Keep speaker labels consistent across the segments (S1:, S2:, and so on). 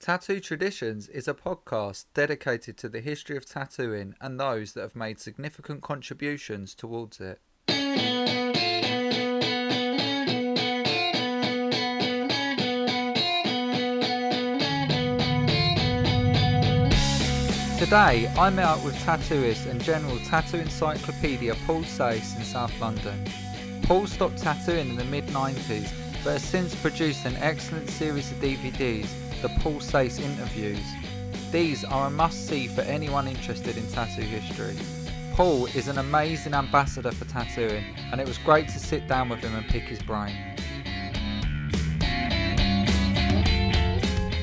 S1: Tattoo Traditions is a podcast dedicated to the history of tattooing and those that have made significant contributions towards it. Today, I'm out with tattooist and general tattoo encyclopedia Paul Sace in South London. Paul stopped tattooing in the mid 90s but has since produced an excellent series of DVDs, the Paul Sace Interviews. These are a must see for anyone interested in tattoo history. Paul is an amazing ambassador for tattooing, and it was great to sit down with him and pick his brain.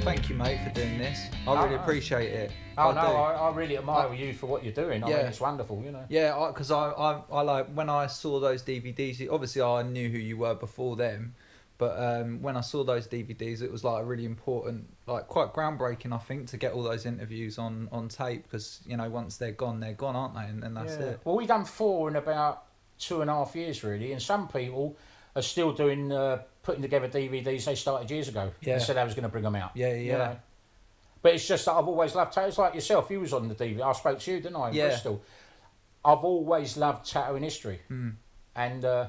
S1: Thank you, mate, for doing this. I really
S2: Oh,
S1: appreciate it.
S2: Oh no,
S1: do.
S2: I, I really admire you for what you're doing. I
S1: Yeah.
S2: mean, it's wonderful, you know.
S1: Yeah, because I, I, I like when I saw those DVDs. Obviously, I knew who you were before them, but um, when I saw those DVDs, it was like a really important, like quite groundbreaking, I think, to get all those interviews on on tape because you know once they're gone, they're gone, aren't they? And, and that's
S2: Yeah.
S1: it.
S2: Well, we done four in about two and a half years, really, and some people are still doing uh, putting together DVDs they started years ago.
S1: Yeah.
S2: They said I was going to bring them out.
S1: Yeah,
S2: you
S1: yeah.
S2: know. But it's just that I've always loved tattoos. It's like yourself. You was on the DVD. I spoke to you, didn't I? in
S1: Yeah.
S2: Bristol. I've always loved tattooing history,
S1: Hmm.
S2: and uh,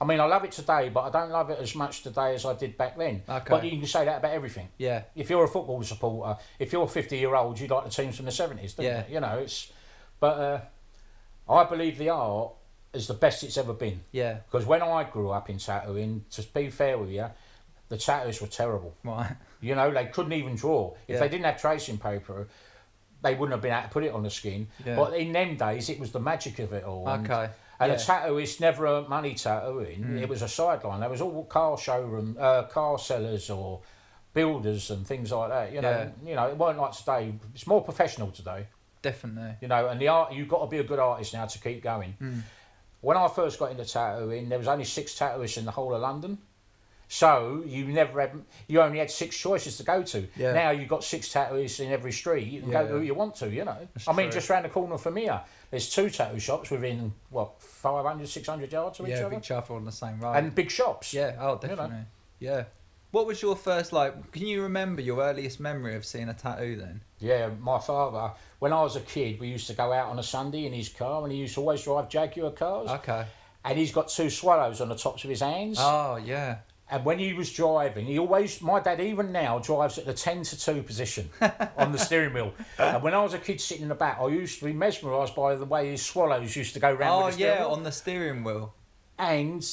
S2: I mean, I love it today, but I don't love it as much today as I did back then.
S1: Okay.
S2: But you can say that about everything.
S1: Yeah,
S2: if you're a football supporter, if you're 50 year old, you like the teams from the 70s, don't
S1: Yeah.
S2: you? You know, it's. But uh, I believe the art is the best it's ever been.
S1: yeah,
S2: Because when I grew up in tattooing, to be fair with you, the tattoos were terrible.
S1: right,
S2: You know, they couldn't even draw. If
S1: Yeah.
S2: they didn't have tracing paper, they wouldn't have been able to put it on the skin.
S1: Yeah.
S2: But in them days, it was the magic of it all. and-
S1: okay,
S2: and
S1: yeah. Mm.
S2: a tattooist never earned money tattooing. It was a sideline. They was all car showroom, uh, car sellers or builders and things like that. You know, you know, it weren't like today. It's more professional today.
S1: definitely.
S2: You know, and the art you've got to be a good artist now to keep going.
S1: Hmm.
S2: When I first got into tattooing, there was only six tattooists in the whole of London. So you never had, you only had six choices to go to.
S1: Yeah.
S2: Now you've got six tattooists in every street. You can
S1: Yeah.
S2: go to who you want to. You know, I mean,
S1: true.
S2: just round the corner from here, there's two tattoo shops within what 500, 600 yards of each
S1: Yeah,
S2: other,
S1: with each other on the same road.
S2: and big shops.
S1: yeah, oh,
S2: you know.
S1: definitely. Yeah. What was your first like? Can you remember your earliest memory of seeing a tattoo? Then.
S2: Yeah, my father. When I was a kid, we used to go out on a Sunday in his car, and he used to always drive Jaguar cars.
S1: Okay.
S2: and he's got two swallows on the tops of his hands.
S1: Oh yeah.
S2: And when he was driving, he always, my dad even now drives at the 10 to 2 position on the steering wheel. And when I was a kid sitting in the back, I used to be mesmerised by the way his swallows used to go round
S1: Oh
S2: with the steering
S1: yeah,
S2: wheel.
S1: on the steering wheel.
S2: And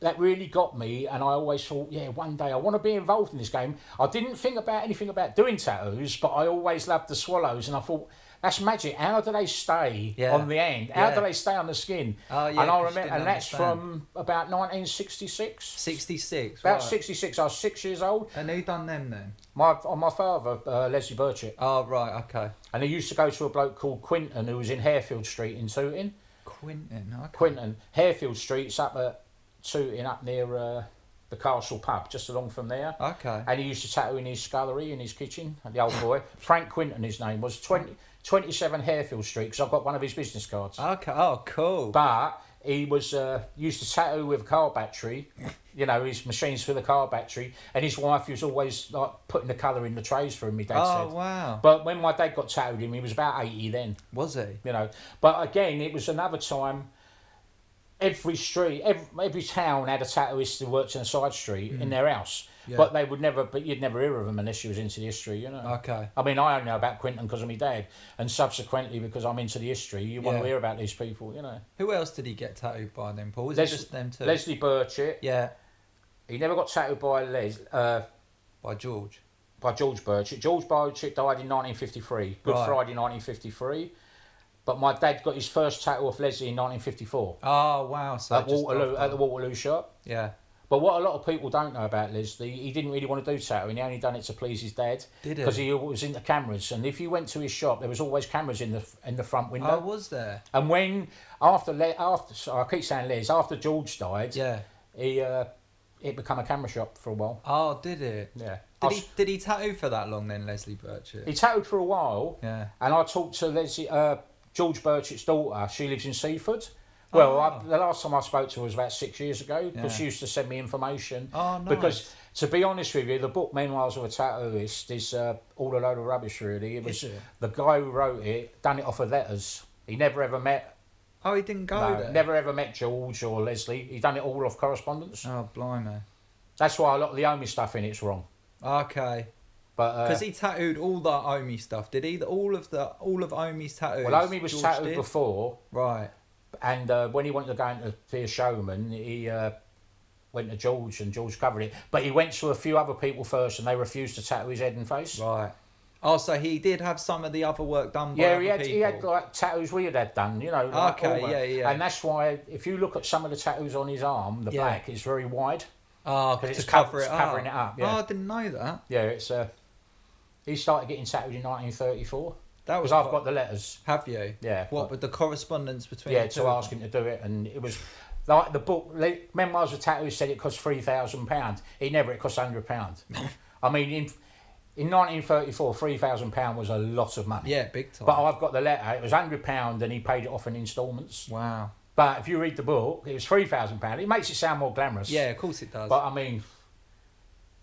S2: that really got me. And I always thought, yeah, one day I want to be involved in this game. I didn't think about anything about doing tattoos, but I always loved the swallows. And I thought, that's magic. How do they stay
S1: Yeah.
S2: on the hand? How
S1: Yeah.
S2: do they stay on the skin?
S1: Oh, yeah,
S2: and
S1: 'cause
S2: I
S1: you
S2: remember,
S1: didn't
S2: and that's
S1: understand.
S2: from about 1966.
S1: 66.
S2: About
S1: right.
S2: 66, I was six years old.
S1: And who done them then?
S2: My uh, my father, uh, Leslie Burchett,
S1: Oh, right, okay.
S2: and he used to go to a bloke called Quinton who was in Harefield Street in Tooting.
S1: Quinton. Okay.
S2: Quinton, Harefield Street's up at Tooting, up near uh, the Castle Pub, just along from there.
S1: Okay.
S2: And he used to tattoo in his scullery, in his kitchen, at the old boy. Frank Quinton, his name was, 20, 27 Harefield Street, because I've got one of his business cards.
S1: Okay. Oh, cool.
S2: But he was uh, used to tattoo with a car battery, you know, his machines for the car battery, and his wife was always like putting the colour in the trays for him. My dad
S1: Oh,
S2: said.
S1: wow.
S2: But when my dad got tattooed him, he was about eighty then,
S1: Was he?
S2: you know. But again, it was another time. Every street, every, every town had a tattooist who worked in a side street in their house,
S1: Mm. Yeah.
S2: but they would never, but you'd never hear of them unless you was into the history, you know.
S1: Okay.
S2: I mean, I only know about Quinton because of my dad, and subsequently because I'm into the history, you want
S1: Yeah.
S2: to hear about these people, you know.
S1: Who else did he get tattooed by then, Paul? Was
S2: Les-
S1: it just them two?
S2: Leslie Burchett.
S1: yeah,
S2: He never got tattooed by Les uh,
S1: by George.
S2: by George Burchett. George Burchett died in 1953, Good
S1: Right.
S2: Friday 1953. But my dad got his first tattoo off Leslie in 1954
S1: Oh, wow. So
S2: at
S1: just
S2: Waterloo
S1: after-
S2: at the Waterloo shop.
S1: Yeah.
S2: But what a lot of people don't know about Leslie, he didn't really want to do tattooing. He only done it to please his dad
S1: Did he?
S2: because he was into cameras. And if you went to his shop, there was always cameras in the in the front
S1: I
S2: window.
S1: Oh, was there.
S2: and when after Le- after so I keep saying Les after George died,
S1: Yeah.
S2: he uh, it become a camera shop for a while.
S1: Oh, did it?
S2: Yeah. I
S1: Did
S2: s-
S1: he, did he tattoo for that long then, Leslie Burchett?
S2: he tattooed for a while,
S1: yeah.
S2: and I talked to Leslie, uh, George Burchett's daughter. She lives in Seaford. Well, I,
S1: Oh.
S2: the last time I spoke to her was about six years ago because
S1: Yeah.
S2: she used to send me information.
S1: Oh, nice.
S2: Because To be honest with you, the book Memoirs of a Tattooist is uh, all a load of rubbish, really. It was
S1: Is it?
S2: the guy who wrote it done it off of letters. He never ever met,
S3: Oh, he didn't go
S2: no,
S3: there.
S2: never ever met George or Leslie. He done it all off correspondence.
S3: Oh, blimey.
S2: That's why a lot of the Omi stuff in it's wrong.
S1: Okay.
S2: But uh,
S1: Because he tattooed all the Omi stuff, did he? The- All of the all of Omi's tattoos.
S2: well, Omi was
S1: George
S2: tattooed
S1: did?
S2: before,
S1: Right.
S2: and uh, when he wanted to go into be a showman, he uh, went to George, and George covered it. But he went to a few other people first, and they refused to tattoo his head and face.
S1: Right. Oh, so he did have some of the other work done by
S2: Yeah,
S1: other
S2: he had
S1: people.
S2: he had like tattoos we had had done, you know. like,
S1: Okay,
S2: all that.
S1: yeah, yeah.
S2: And that's why if you look at some of the tattoos on his arm, the
S1: Yeah.
S2: back is very wide.
S1: Oh,
S2: 'Cause
S1: to
S2: it's cov-
S1: cover
S2: it's
S1: it up.
S2: covering it up, yeah.
S1: Oh, I didn't know that.
S2: Yeah, it's uh, he started getting tattooed in 1934
S1: That was
S2: because I've
S1: quite-
S2: got the letters.
S1: Have you?
S2: Yeah,
S1: What with the correspondence between?
S2: yeah
S1: the two
S2: to
S1: of
S2: ask him to do it, and it was like the book Le- Memoirs of Tattoos said it cost three thousand pounds. It never it cost hundred pounds. I mean, in in 1934, three thousand pound was a lot of
S1: them?
S2: money.
S1: Yeah, big time.
S2: But I've got the letter. It was hundred pound, and he paid it off in instalments.
S1: wow.
S2: But if you read the book, it was three thousand pound. It makes it sound more glamorous.
S1: Yeah, of course it does.
S2: But I mean,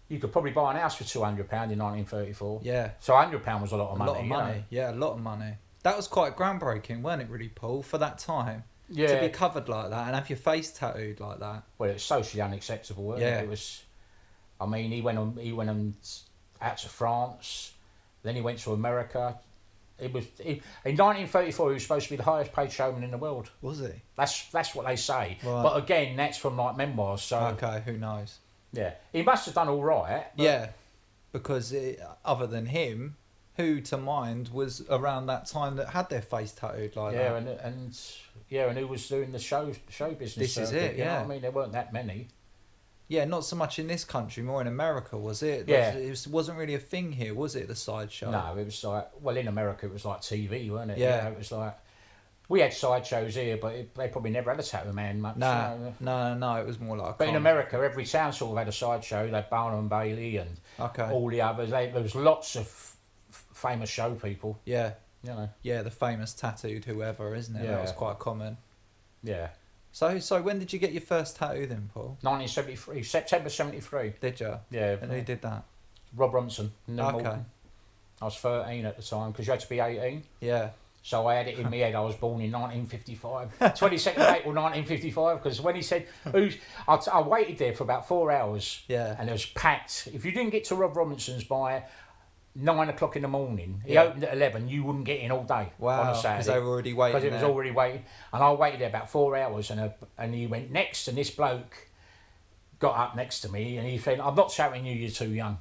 S2: you could probably buy an house for two hundred pound in nineteen thirty four.
S1: yeah,
S2: So hundred pound was a lot of money.
S1: a lot of
S2: you know.
S1: money. Yeah, a lot of money. That was quite groundbreaking, weren't it? Really, Paul, for that time
S2: Yeah.
S1: to be covered like that and have your face tattooed like that.
S2: well, it's socially unacceptable. Wasn't
S1: Yeah.
S2: It? it was. I mean, he went on. He went on out to France. Then he went to America. It was he, in nineteen thirty four. He was supposed to be the highest paid showman in the world.
S1: Was he?
S2: That's that's what they say.
S1: Right.
S2: But again, that's from like memoirs. So
S1: Okay, who knows?
S2: yeah, he must have done all right.
S1: yeah, because it, other than him, who to mind was around that time that had their face tattooed like
S2: yeah,
S1: that?
S2: and and yeah, and who was doing the show show business?
S1: This is
S2: circuit,
S1: it,
S2: you know what
S1: yeah.
S2: I mean, there weren't that many.
S1: Yeah, not so much in this country, more in America, was it?
S2: Yeah.
S1: it was, wasn't really a thing here, was it? The sideshow.
S2: No, it was like well, in America, it was like TV, weren't it? You
S1: Yeah.
S2: know, it was like we had sideshows here, but it, they probably never had a tattoo man much. you
S1: No,
S2: know.
S1: no, no, it was more like. a
S2: But in
S1: con-
S2: America, every town sort of had a sideshow. They had Barnum and Bailey and
S1: Okay.
S2: all the others. They, there was lots of f- famous show people.
S1: Yeah,
S2: You know,
S1: yeah, the famous tattooed whoever, isn't it? That was
S2: Yeah.
S1: quite common.
S2: yeah.
S1: So, so when did you get your first tattoo then, Paul?
S2: 1973, September 73.
S1: Did you?
S2: Yeah,
S1: And who did that?
S2: Rob Robinson. in
S1: Okay.
S2: Norton. I was 13 at the time because you had to be 18.
S1: Yeah.
S2: So I had it in my head. I was born in 1955, 22nd of April 1955. Because when he said, "Who's," I, t- I waited there for about four hours.
S1: Yeah.
S2: And it was packed. If you didn't get to Rob Robinson's by nine o'clock in the morning, he
S1: Yeah.
S2: opened at eleven. You wouldn't get in all day on
S1: Wow.
S2: a
S1: Because they
S2: Saturday
S1: were already waiting.
S2: because it was
S1: there.
S2: already waiting. And I waited there about four hours, and a, and he went next, and this bloke got up next to me, and he said, "I'm not shouting you. You're too young."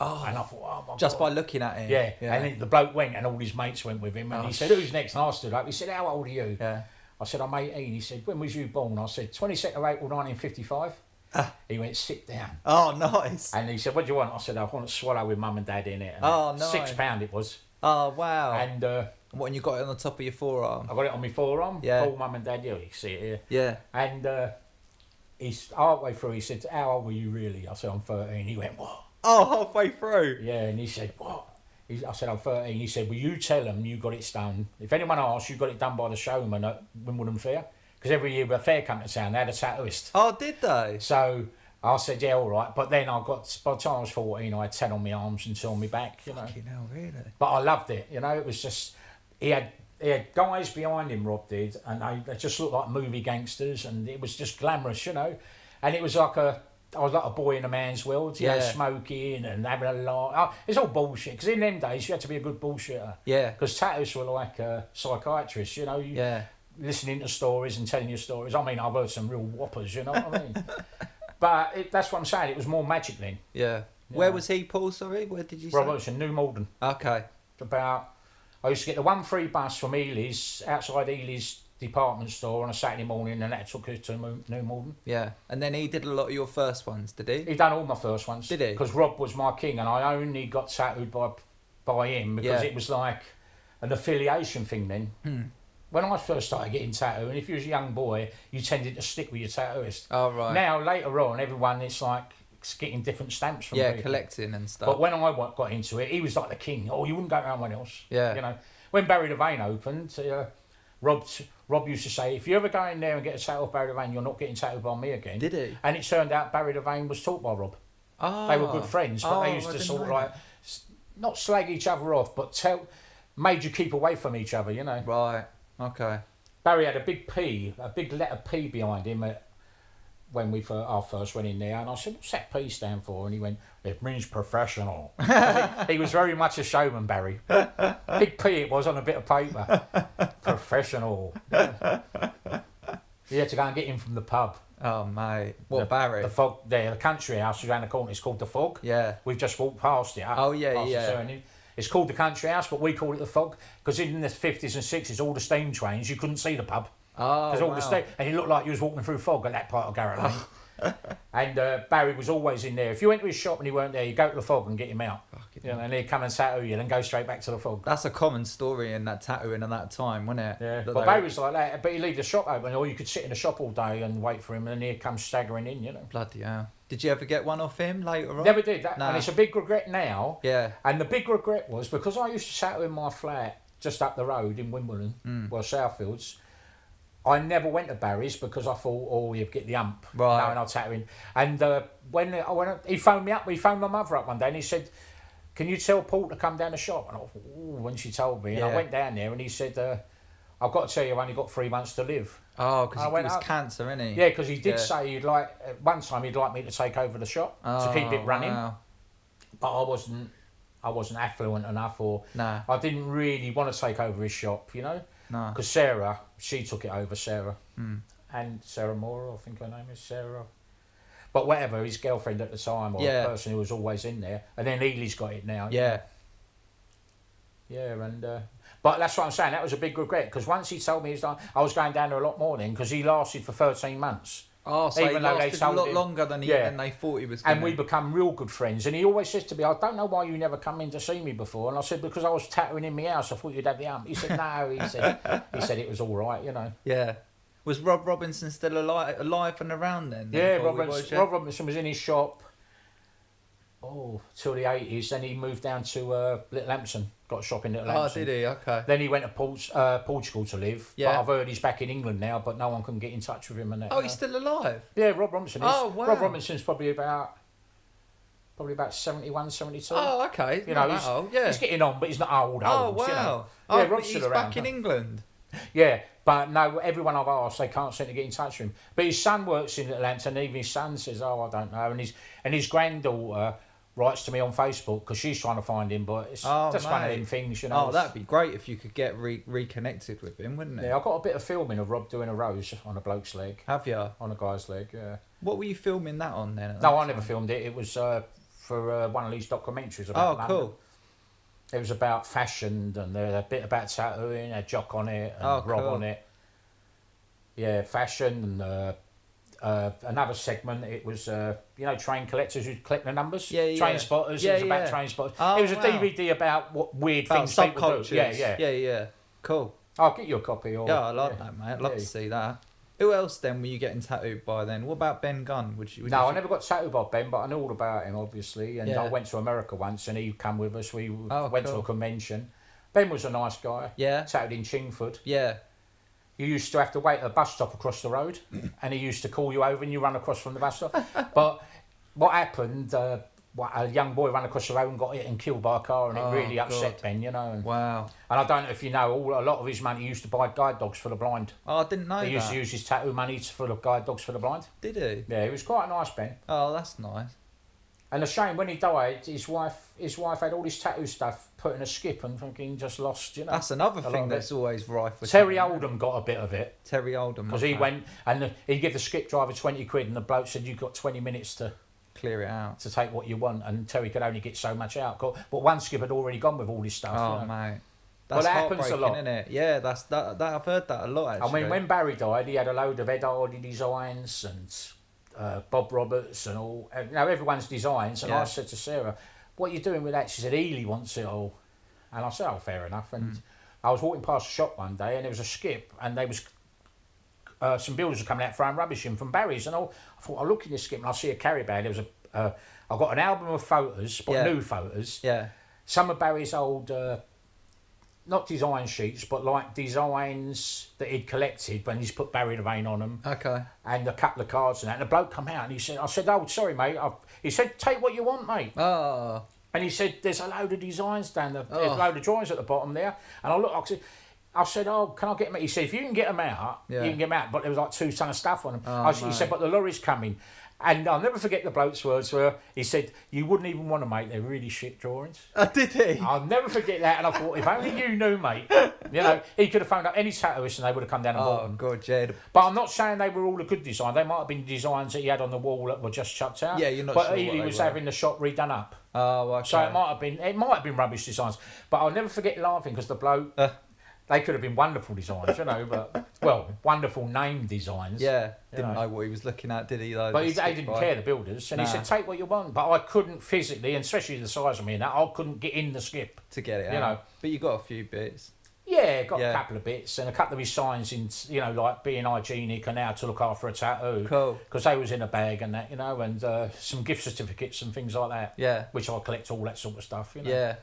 S1: Oh,
S2: And I thought, "Oh my
S1: just
S2: God."
S1: by looking at it.
S2: Yeah.
S1: Yeah.
S2: and then the bloke went, and all his mates went with him, and
S1: Oh,
S2: he said, "Who's next?" And I stood up. He said, "How old are you?"
S1: yeah.
S2: I said, "I'm 18." He said, "When was you born?" I said, "22nd of April 1955."
S1: Ah.
S2: He went, "Sit down."
S1: Oh, nice.
S2: And he said, "What do you want?" I said, "I want a swallow with mum and dad in it." And
S1: Oh, nice.
S2: Six pound it was,
S1: Oh, wow. And
S2: and uh,
S1: what? And you got it on the top of your forearm.
S2: I got it on my forearm.
S1: Yeah.
S2: Called mum and dad. Yeah, you can see it here.
S1: Yeah.
S2: And uh, he's halfway through. He said, "How old were you really?" I said, "I'm 13." He went, "What?"
S1: Oh, halfway through.
S2: Yeah, and he said, "What?" He, I said, "I'm 13." He said, "Well, you tell them you got it done. If anyone asks, you got it done by the showman at Wimbledon Fair, because every year the fair come to town, they had a tattooist."
S1: Oh, did they?
S2: So I said, "Yeah, all right." But then I got by the time I was 14, I had 10 on my arms and two on my back. You know,
S1: You know, really.
S2: but I loved it. You know, it was just he had he had guys behind him, Rob did, and they, they just looked like movie gangsters, and it was just glamorous, you know. And it was like a I was like a boy in a man's world, you know,
S1: Yeah.
S2: smoking and having a laugh. Oh, it's all bullshit because in them days you had to be a good bullshitter.
S1: Yeah.
S2: Because tattoos were like uh, psychiatrists, you know. You,
S1: Yeah.
S2: listening to stories and telling your stories. I mean, I've heard some real whoppers, you know what I mean? but it, that's what I'm saying. It was more magic then.
S1: Yeah. Where
S2: Yeah.
S1: was he, Paul? Sorry, where did you
S2: Rob Wilson, New Malden.
S1: say? Okay.
S2: about I used to get the one free bus from Ely's outside Ely's department store on a Saturday morning, and that took us to Mo- New Malden.
S1: Yeah. And then he did a lot of your first ones, did he?
S2: He done all my first ones.
S1: Did he?
S2: Because Rob was my king, and I only got tattooed by by him because
S1: Yeah. Hmm.
S2: it was like an affiliation thing. Then when I first started getting tattooed, and if you was a young boy, you tended to stick with your tattooist.
S1: Oh, right.
S2: Now later on, everyone it's like it's getting different stamps from
S1: yeah,
S2: people.
S1: collecting and stuff.
S2: But when I wa- got into it, he was like the king. Oh, you wouldn't go around one else.
S1: Yeah.
S2: You know, when Barry Devane opened, uh, Rob Rob used to say, if you ever go in there and get a tattoo of Barry Devane, you're not getting tattooed by me again.
S1: Did he?
S2: And it turned out Barry Devane was taught by Rob.
S1: Oh,
S2: They were good friends, but
S1: Oh,
S2: they used
S1: I
S2: to
S1: didn't
S2: sort of
S1: know
S2: like s- not slag each other off, but tell made you keep away from each other. You know,
S1: Right. Okay.
S2: Barry had a big P, a big letter P behind him at, when we fir- I first went in there, and I said, "What's that P stand for?" And he went, "It means professional." he, he was very much a showman, Barry. Big P it was on a bit of paper. professional. You had to go and get him from the pub.
S1: Oh mate, what Barry?
S2: The fog there, the country house around the corner. It's called the fog.
S1: yeah.
S2: We've just walked past it.
S1: Oh, yeah,
S2: past the
S1: yeah.
S2: turning. It's called the country house, but we call it the fog because in the fifties and sixties, all the steam trains you couldn't see the pub
S1: Oh
S2: because all
S1: wow.
S2: the steam and it looked like you was walking through fog at that part of Garrett Lane. and uh, Barry was always in there. If you went to his shop and he weren't there, you go to the fog and get him out.
S1: Fucking
S2: You know, and he'd come and tattoo you, then go straight back to the fog.
S1: That's a common story in that tattooing at that time, wasn't it?
S2: Yeah,
S1: That
S2: but
S1: they-
S2: Barry was like that. But he'd leave the shop open, or you could sit in the shop all day and wait for him, and then he'd come staggering in. You know,
S1: bloody hell. Did you ever get one off him later on?
S2: never did that,
S1: Nah.
S2: and it's a big regret now.
S1: Yeah.
S2: And the big regret was because I used to settle in my flat just up the road in Wimbledon,
S1: Mm.
S2: well, Southfields. I never went to Barry's because I thought, oh, you'd get the ump.
S1: Right.
S2: No, and I'll tattoo him. And uh, when, I went, he phoned me up, he phoned my mother up one day and he said, can you tell Paul to come down the shop? And I thought, ooh, when she told me. And I
S1: Yeah.
S2: went down there and he said, uh, I've got to tell you, I've only got three months to live.
S1: Oh, because
S2: I
S1: it
S2: went
S1: was
S2: up-
S1: cancer, innit?
S2: Yeah, because he did
S1: Yeah.
S2: say he'd like, at one time he'd like me to take over the shop to keep it running.
S1: Oh, wow.
S2: But I wasn't, I wasn't affluent enough or
S1: Nah,
S2: I didn't really want to take over his shop, you know,
S1: nah.
S2: because Sarah, she took it over, Sarah.
S1: Mm.
S2: And Sarah Moore, I think her name is Sarah. But whatever, his girlfriend at the time, or
S1: Yeah.
S2: the person who was always in there. And then Ely's got it now.
S1: Yeah.
S2: Yeah, and. Uh, but that's what I'm saying. That was a big regret because once he told me he's done, I was going down there a lot more then because he lasted for 13 months.
S1: Oh, so
S2: Even
S1: he
S2: though they
S1: lasted a
S2: sold
S1: lot
S2: him-
S1: longer than, he,
S2: Yeah.
S1: than they thought he was going
S2: And we become real good friends. And he always says to me, I don't know why you never come in to see me before. And I said, because I was tattooing in my house. I thought you'd have the hump. He said, no. He said, he said it was all right, you know.
S1: Yeah. Was Rob Robinson still alive, alive and around then?
S2: Yeah,
S1: Before we
S2: Rob,
S1: was,
S2: Robinson,
S1: yeah?
S2: Rob Robinson was in his shop. Oh, till the eighties. Then he moved down to uh, Little Hampton. Got a shop in Little
S1: Oh,
S2: Hampton.
S1: did he? Okay.
S2: Then he went to Port- uh, Portugal to live.
S1: Yeah.
S2: But I've heard he's back in England now, but no one can get in touch with him. And that,
S1: Oh, he's still alive.
S2: yeah, Rob Robinson. Is,
S1: Oh, wow.
S2: Rob Robinson's probably about probably about 71, 72.
S1: Oh, okay.
S2: You
S1: Not
S2: know,
S1: that old. Yeah.
S2: He's getting on, but he's not old. old
S1: Oh,
S2: You
S1: wow.
S2: know.
S1: Oh,
S2: Yeah,
S1: but
S2: Rob's
S1: he's
S2: still
S1: back
S2: around.
S1: in England.
S2: Yeah, but no, everyone I've asked, they can't seem to get in touch with him. But his son works in Atlanta, and even his son says, "Oh, I don't know." And his and his granddaughter writes to me on Facebook because she's trying to find him, but it's
S1: Oh,
S2: just one of
S1: mate.
S2: them things, you know.
S1: Oh, that'd be great if you could get re- reconnected with him, wouldn't it?
S2: Yeah, I got a bit of filming of Rob doing a rose on a bloke's leg,
S1: Have you?
S2: on a guy's leg. Yeah.
S1: What were you filming that on then? at
S2: No,
S1: that
S2: I never
S1: time?
S2: filmed it. It was uh, for uh, one of these documentaries about.
S1: Oh,
S2: London.
S1: cool.
S2: It was about fashion and there was a bit about tattooing, a jock on it, and
S1: Oh,
S2: Rob
S1: cool.
S2: on it. Yeah, fashion and uh, uh, another segment. It was uh, you know train collectors who collect the numbers.
S1: Yeah, yeah.
S2: Train spotters.
S1: Yeah,
S2: it was about
S1: yeah.
S2: train spotters.
S1: Oh,
S2: it was a
S1: wow.
S2: DVD about what weird
S1: About
S2: things people
S1: subcultures.
S2: do. Yeah, yeah,
S1: Yeah, yeah. Cool.
S2: I'll get you a copy. Or,
S1: Yeah, I like
S2: yeah.
S1: that, mate. I'd love
S2: Yeah.
S1: to see that. Who else then were you getting tattooed by then? What about Ben Gunn? Would you? Would
S2: No,
S1: you
S2: I never got tattooed by Ben, but I knew all about him, obviously. And
S1: Yeah.
S2: I went to America once, and he come with us. We
S1: Oh,
S2: went
S1: cool.
S2: to a convention. Ben was a nice guy.
S1: Yeah,
S2: Tattooed in Chingford.
S1: yeah.
S2: you used to have to wait at a bus stop across the road and he used to call you over and you run across from the bus stop but what happened uh, what, a young boy ran across the road and got hit and killed by a car and it
S1: Oh,
S2: really upset
S1: God.
S2: ben you know and,
S1: Wow.
S2: and i don't know if you know all a lot of his money he used to buy guide dogs for the blind
S1: Oh, I didn't know
S2: he used
S1: that.
S2: to use his tattoo money to full of guide dogs for the blind
S1: Did he?
S2: yeah he was quite a nice ben
S1: Oh, that's nice.
S2: and a shame when he died his wife his wife had all his tattoo stuff put in a skip and fucking just lost you know
S1: That's another
S2: I
S1: thing
S2: love
S1: that's always rife with
S2: terry
S1: tattooing.
S2: oldham got a bit of it
S1: Terry Oldham.
S2: Because
S1: okay.
S2: he went and the, he gave the skip driver 20 quid, and the bloke said, You've got 20 minutes to,
S1: clear it out.
S2: to take what you want. And Terry could only get so much out. Co- But one skip had already gone with all this stuff.
S1: Oh
S2: you know.
S1: mate,
S2: Well,
S1: that's
S2: it happens a
S1: heartbreaking,
S2: lot.
S1: isn't it? Yeah, that's that, that. I've heard that a lot
S2: I
S1: actually.
S2: mean, when Barry died, he had a load of Ed Hardy designs and uh, Bob Roberts and all. and Now, everyone's designs. And
S1: Yeah.
S2: I said to Sarah, What are you doing with that? She said, Ely wants it all. And I said, Oh, fair enough. And
S1: Mm.
S2: I was walking past the shop one day, and there was a skip, and they was uh, some builders were coming out throwing rubbish in from Barry's, and I, I thought I look in this skip and I see a carry bag. There was a, uh, I got an album of photos, but
S1: Yeah.
S2: new photos.
S1: yeah,
S2: Some of Barry's old uh, not design sheets, but like designs that he'd collected when he's put Barry Levine on them
S1: Okay.
S2: and a couple of cards and that. And the bloke come out and he said, I said, oh, sorry, mate. I've, he said, take what you want, mate.
S1: Oh,
S2: And he said, there's a load of designs down there, there's
S1: Oh.
S2: a load of drawings at the bottom there. And I looked, I said, I said, oh, can I get them out? He said, if you can get them out,
S1: Yeah.
S2: you can get them out. But there was like two ton of stuff on them.
S1: Oh,
S2: I said,
S1: no.
S2: He said, but the lorry's coming. And I'll never forget the bloke's words were, he said, you wouldn't even want to make they're really shit drawings.
S1: I did he?
S2: I'll never forget that. And I thought, if only you knew, mate. You know, he could have phoned up any tattooist and they would have come down and bought
S1: Oh
S2: them.
S1: god, Jed.
S2: But I'm not saying they were all a good design. They might have been designs that he had on the wall that were just chucked out.
S1: Yeah, you're not
S2: But
S1: sure
S2: he
S1: what they
S2: was
S1: were.
S2: having the shop redone up.
S1: Oh, okay.
S2: So it might have been it might have been rubbish designs, but I'll never forget laughing because the bloke
S1: Uh.
S2: they could have been wonderful designs, you know, but well, wonderful name designs.
S1: yeah, didn't
S2: know.
S1: know what he was looking at, did he? Though.
S2: But he,
S1: Just
S2: they
S1: stick
S2: didn't
S1: by.
S2: care the builders, and he
S1: Nah.
S2: said, "Take what you want." But I couldn't physically, and especially the size of me, and that I couldn't get in the skip.
S1: to get it.
S2: you
S1: out.
S2: know.
S1: but you got a few bits.
S2: Yeah, got
S1: Yeah.
S2: a couple of bits and a couple of his signs in, you know, like being hygienic and how to look after a tattoo.
S1: Cool.
S2: Because they was in a bag and that, you know, and uh, some gift certificates and things like that,
S1: Yeah,
S2: which I collect all that sort of stuff. You know?
S1: yeah.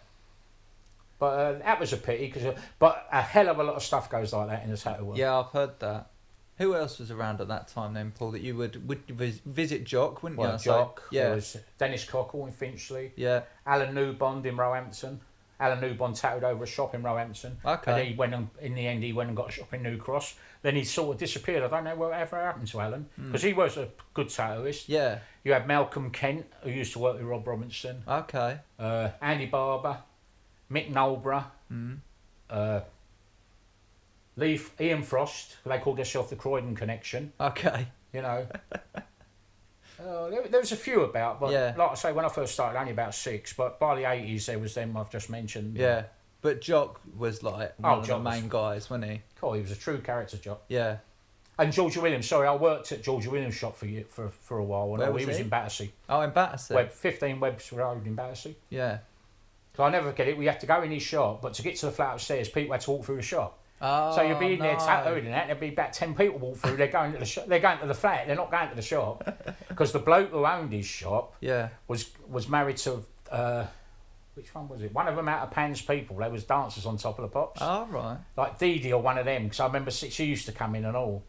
S2: But uh, that was a pity because, uh, but a hell of a lot of stuff goes like that in the tattoo world.
S1: Yeah, I've heard that. Who else was around at that time then, Paul? That you would would vis- visit Jock, wouldn't
S2: Well,
S1: you? So-
S2: Jock,
S1: Yeah,
S2: there was Dennis Cockle in Finchley,
S1: yeah.
S2: Alan Newbond in Roehampton. Alan Newbond tattooed over a shop in Roehampton.
S1: Okay.
S2: And he went and, in the end, he went and got a shop in New Cross. Then he sort of disappeared. I don't know what ever happened to Alan because he was a good tattooist.
S1: Yeah.
S2: You had Malcolm Kent, who used to work with Rob Robinson,
S1: Okay.
S2: uh, Andy Barber, Mick Nolborough,
S1: Mm.
S2: uh, Lee, Ian Frost, who they called themselves the Croydon Connection.
S1: Okay.
S2: you know. Uh, there, there was a few about, but
S1: Yeah.
S2: like I say, when I first started, only about six. But by the eighties, there was them I've just mentioned.
S1: Yeah. But Jock was like one
S2: Oh,
S1: of
S2: Jock
S1: the
S2: was-
S1: main guys, wasn't he?
S2: cool. He was a true character job.
S1: Yeah.
S2: And Georgia Williams. Sorry, I worked at Georgia Williams' shop for you for, for a while. And
S1: Where
S2: I-
S1: was
S2: he was
S1: he?
S2: in Battersea,
S1: Oh, in Battersea.
S2: Web fifteen Webs Road in Battersea.
S1: Yeah.
S2: Cause I never forget it. We had to go in his shop, but to get to the flat upstairs, people had to walk through the shop.
S1: Oh,
S2: So you'd be in there
S1: no.
S2: tattooing and that. There'd be about ten people walk through. They're going to the shop. They're going to the flat. They're not going to the shop because the bloke who owned his shop
S1: Yeah.
S2: was was married to uh, which one was it? One of them out of Pan's people. They was dancers on top of the pops,
S1: All right.
S2: like Dee Dee or one of them. Because I remember she she used to come in and all.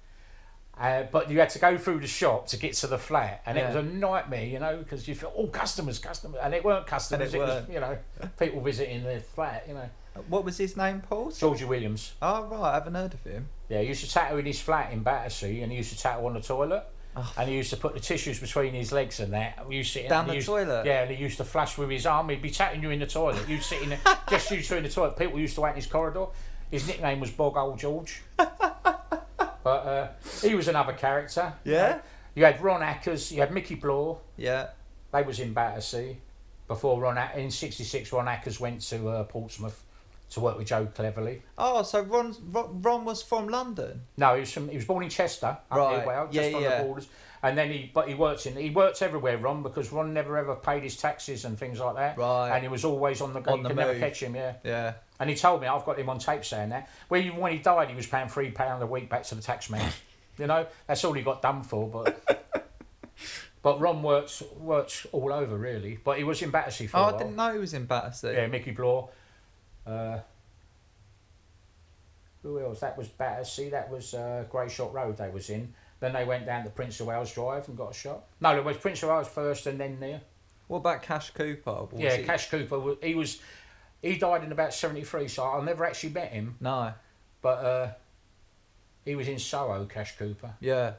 S2: Uh, but you had to go through the shop to get to the flat, and
S1: Yeah.
S2: it was a nightmare, you know, because you felt all customers, customers, and it weren't customers. it
S1: weren't.
S2: was you know people visiting the flat, you know.
S1: What was his name, Paul?
S2: Georgia Williams,
S1: Oh, right. I haven't heard of him.
S2: yeah, he used to tattoo in his flat in Battersea, and he used to tattoo on the toilet.
S1: Oh.
S2: And he used to put the tissues between his legs and that. You sit
S1: Down
S2: and
S1: the
S2: he used-
S1: toilet?
S2: Yeah, and he used to flush with his arm. He'd be chatting you in the toilet. You'd sit in the, just you two in the toilet. People used to wait in his corridor. His nickname was Bog Old George. but uh, he was another character.
S1: Yeah.
S2: You had Ron Ackers. You had Mickey Bloor.
S1: Yeah.
S2: They was in Battersea before Ron Ack- in '66. Ron Ackers went to uh, Portsmouth to work with Joe Cleverly.
S1: Oh, so Ron's, Ron, Ron was from London.
S2: No, he was from, he was born in Chester, up
S1: Right,
S2: near Wales,
S1: yeah,
S2: just on
S1: yeah.
S2: the borders. And then he but he worked in he worked everywhere, Ron, because Ron never ever paid his taxes and things like that.
S1: Right.
S2: And he was always on the go.
S1: On
S2: You
S1: the
S2: could never
S1: move.
S2: catch him, yeah.
S1: Yeah.
S2: And he told me I've got him on tape saying that. Well, even when he died, he was paying three pound a week back to the tax man. you know, that's all he got done for. But but Ron works works all over really. But he was in Battersea for
S1: Oh,
S2: a
S1: I
S2: while.
S1: didn't know he was in Battersea.
S2: Yeah, Mickey Bloor. Uh, who else? That was Battersea. That was uh, Grey Shot Road they was in. Then they went down to Prince of Wales Drive and got a shot. No, it was Prince of Wales first and then there.
S1: What about Cash Cooper? Was
S2: yeah,
S1: he-
S2: Cash Cooper. wa- He was. He died in about '73, so I never actually met him.
S1: No.
S2: But uh, he was in Soho, Cash Cooper.
S1: Yeah.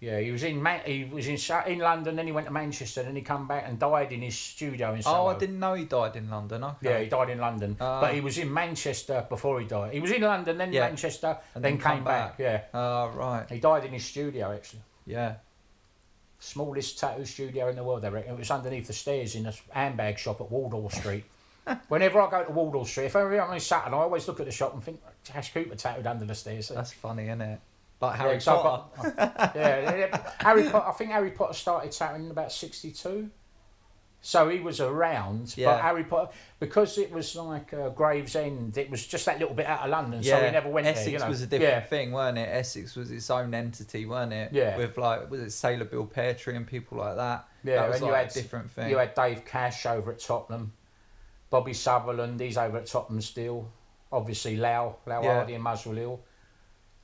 S2: Yeah, he was in Man- he was in Sa- in London. Then he went to Manchester. Then he come back and died in his studio in Soho.
S1: Oh, I didn't know he died in London. Okay.
S2: Yeah, he died in London,
S1: Ah.
S2: but he was in Manchester before he died. He was in London, then
S1: Yeah.
S2: Manchester,
S1: And
S2: then,
S1: then come
S2: came back. Yeah,
S1: Oh, right.
S2: he died in his studio actually,
S1: Yeah.
S2: smallest tattoo studio in the world. I reckon it was underneath the stairs in a s- handbag shop at Wardour Street. Whenever I go to Wardour Street, if I'm on Saturday, I always look at the shop and think Cash Cooper tattooed under the stairs.
S1: That's funny, isn't it? Like
S2: Yeah,
S1: Harry
S2: 'cause I've
S1: Potter.
S2: got- yeah, yeah, Harry Potter. I think Harry Potter started tattooing in about sixty-two, so he was around.
S1: Yeah.
S2: But Harry Potter, because it was like uh, Gravesend, it was just that little bit out of London, so he never went
S1: Essex
S2: there. You know?
S1: was a different
S2: yeah.
S1: thing, weren't it? Essex was its own entity, weren't it?
S2: Yeah.
S1: With like, was it Sailor Bill Peartree and people like that?
S2: Yeah,
S1: that was
S2: and
S1: like
S2: you
S1: a
S2: had-
S1: different thing.
S2: You had Dave Cash over at Tottenham, Bobby Sutherland, he's over at Tottenham still. Obviously, Lau, Lau
S1: Yeah.
S2: Hardy and Muswellil.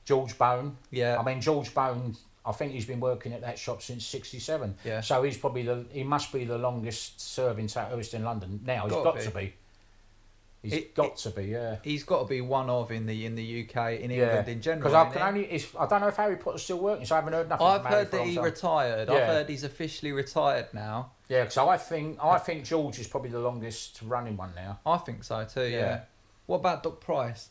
S2: George Bone.
S1: Yeah.
S2: I mean, George Bone, I think he's been working at that shop since 67.
S1: Yeah.
S2: So he's probably the, he must be the longest serving tattooist in London now. He's
S1: Gotta
S2: got
S1: be.
S2: to be. He's
S1: It-
S2: got
S1: it-
S2: to be, yeah.
S1: He's got to be one of in the in the UK in England in general.
S2: Because I
S1: ain't
S2: can
S1: he?
S2: only, it's, I don't know if Harry Potter's still working, so I haven't heard nothing.
S1: I've
S2: from Harry
S1: heard
S2: for a
S1: that
S2: long
S1: he
S2: time.
S1: retired. I've
S2: Yeah.
S1: heard he's officially retired now.
S2: Yeah, because I think I think George is probably the longest running one now.
S1: I think so too. Yeah.
S2: Yeah.
S1: What about Doc Price?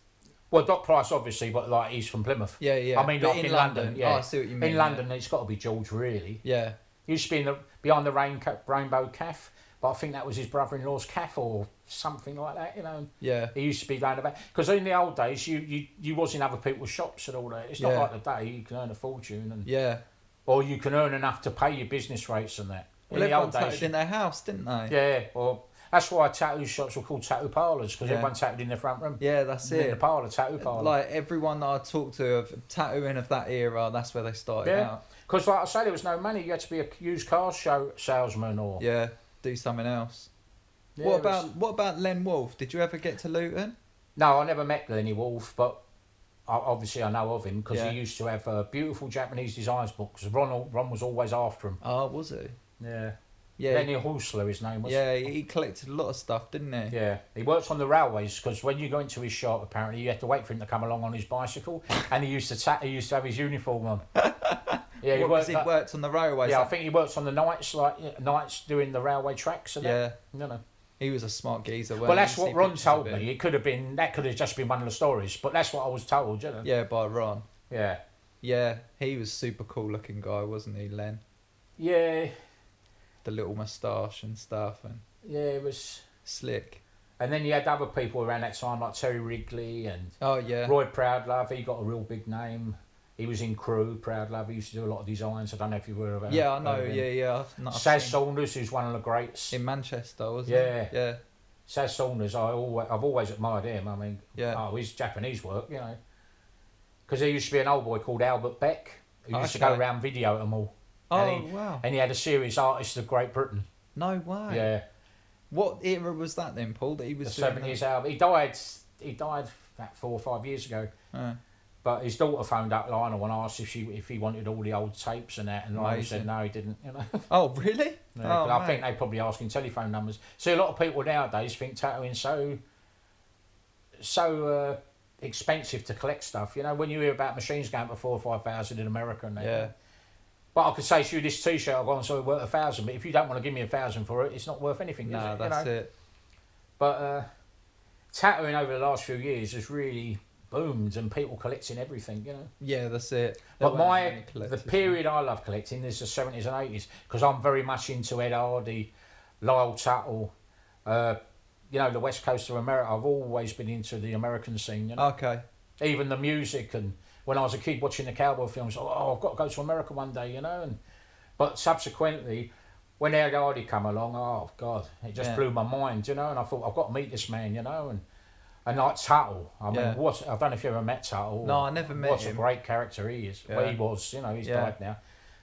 S2: Well, Doc Price obviously, but like he's from Plymouth.
S1: Yeah, yeah.
S2: I mean,
S1: But
S2: like in, London, yeah.
S1: Oh, I see what you mean.
S2: in
S1: yeah.
S2: London, it's got to be George, really.
S1: Yeah.
S2: He used to be in the behind the rain, rainbow calf, but I think that was his brother-in-law's calf or something like that. You know,
S1: Yeah.
S2: he used to be round about because in the old days, you you you was in other people's shops and all that. It's
S1: Yeah.
S2: not like today; you can earn a fortune, and
S1: Yeah.
S2: or you can earn enough to pay your business rates and that. In
S1: Well,
S2: the
S1: everyone
S2: old
S1: tattooed
S2: days,
S1: in their house, didn't they?
S2: yeah. Well, that's why tattoo shops were called tattoo parlours because
S1: Yeah.
S2: everyone tattooed in the front room.
S1: Yeah, that's
S2: in the
S1: it.
S2: parlour, tattoo parlour.
S1: Like everyone that I talked to of tattooing of that era, that's where they started
S2: Yeah.
S1: out.
S2: Because, like I say, there was no money. You had to be a used car show salesman or.
S1: Yeah. Do something else.
S2: Yeah,
S1: what
S2: it was-
S1: about what about Len Wolf? Did you ever get to Luton?
S2: No, I never met Lenny Wolf, but I, obviously I know of him because
S1: Yeah.
S2: he used to have uh, beautiful Japanese designs books. Ron, al- Ron was always after him.
S1: Oh, was he?
S2: Yeah.
S1: Yeah.
S2: Lenny Horsler, his name was.
S1: yeah, he collected a lot of stuff, didn't he?
S2: Yeah, he works on the railways because when you go into his shop, apparently you had to wait for him to come along on his bicycle, and he used to ta- he used to have his uniform on. Yeah,
S1: What,
S2: he
S1: 'cause
S2: worked.
S1: he
S2: like-
S1: worked on the railways.
S2: yeah, I
S1: that-
S2: think he works on the nights, like yeah, nights doing the railway tracks and that.
S1: yeah.
S2: No, no.
S1: He was a smart geezer.
S2: Well,
S1: weren't he?
S2: that's
S1: You
S2: what
S1: see
S2: Ron
S1: pictures of
S2: told
S1: him.
S2: me. It could have been that could have just been one of the stories, but that's what I was told. You know?
S1: Yeah, by Ron.
S2: Yeah.
S1: Yeah, he was super cool looking guy, wasn't he, Len?
S2: Yeah.
S1: The little moustache and stuff and
S2: Yeah. It was.
S1: slick.
S2: And then you had other people around that time, like Terry Wrigley and
S1: Oh yeah.
S2: Roy Proudlove. He got a real big name. He was in Crew. Proudlove. He used to do a lot of designs. I don't know if you were about.
S1: Yeah, I know. Yeah, yeah. I've not I've
S2: Saz
S1: seen-
S2: Saunders, who's one of the greats.
S1: in Manchester, wasn't
S2: Yeah.
S1: he? Yeah.
S2: Saz Saunders, I always, I've always admired him. I mean,
S1: Yeah.
S2: oh, his Japanese work, you know. Because there used to be an old boy called Albert Beck who used to go
S1: Okay.
S2: around video at them all.
S1: Oh
S2: he-
S1: wow.
S2: And he had a serious artist of Great Britain.
S1: No way.
S2: Yeah.
S1: What era was that then, Paul? That he was
S2: the
S1: doing that?
S2: seventies album. He died. He died about four or five years ago.
S1: Yeah.
S2: But his daughter phoned up Lionel and asked if she if he wanted all the old tapes and that, and Lionel
S1: Amazing.
S2: said no, he didn't. You know,
S1: Oh really?
S2: Yeah,
S1: oh,
S2: 'cause I think
S1: mate.
S2: they probably asking telephone numbers. See, a lot of people nowadays think tattooing so so uh, expensive to collect stuff. You know, when you hear about machines going for four or five thousand in America and that.
S1: Yeah.
S2: But I could say to you, this T-shirt I've gone so it's worth a thousand. But if you don't want to give me a thousand for it, it's not worth anything. is
S1: No,
S2: it?
S1: that's
S2: you know?
S1: it.
S2: But uh, tattooing over the last few years has really boomed, and people collecting everything, you know.
S1: Yeah, that's it. There
S2: But
S1: weren't
S2: my
S1: many
S2: the
S1: collectors.
S2: period I love collecting is the seventies and eighties because I'm very much into Ed Hardy, Lyle Tuttle, uh, you know, the West Coast of America. I've always been into the American scene, you know,
S1: Okay.
S2: even the music. And when I was a kid watching the cowboy films, oh, I've got to go to America one day, you know. And but subsequently. When Ed Hardy come along, oh god, it just
S1: Yeah.
S2: blew my mind, you know. And I thought I've got to meet this man, you know. And and like Tuttle, I mean,
S1: Yeah.
S2: what I don't know if you ever met Tuttle.
S1: No, I never met
S2: what
S1: him.
S2: Oh, a great character he is.
S1: Yeah.
S2: Well, he was, you know, he's
S1: Yeah.
S2: died now.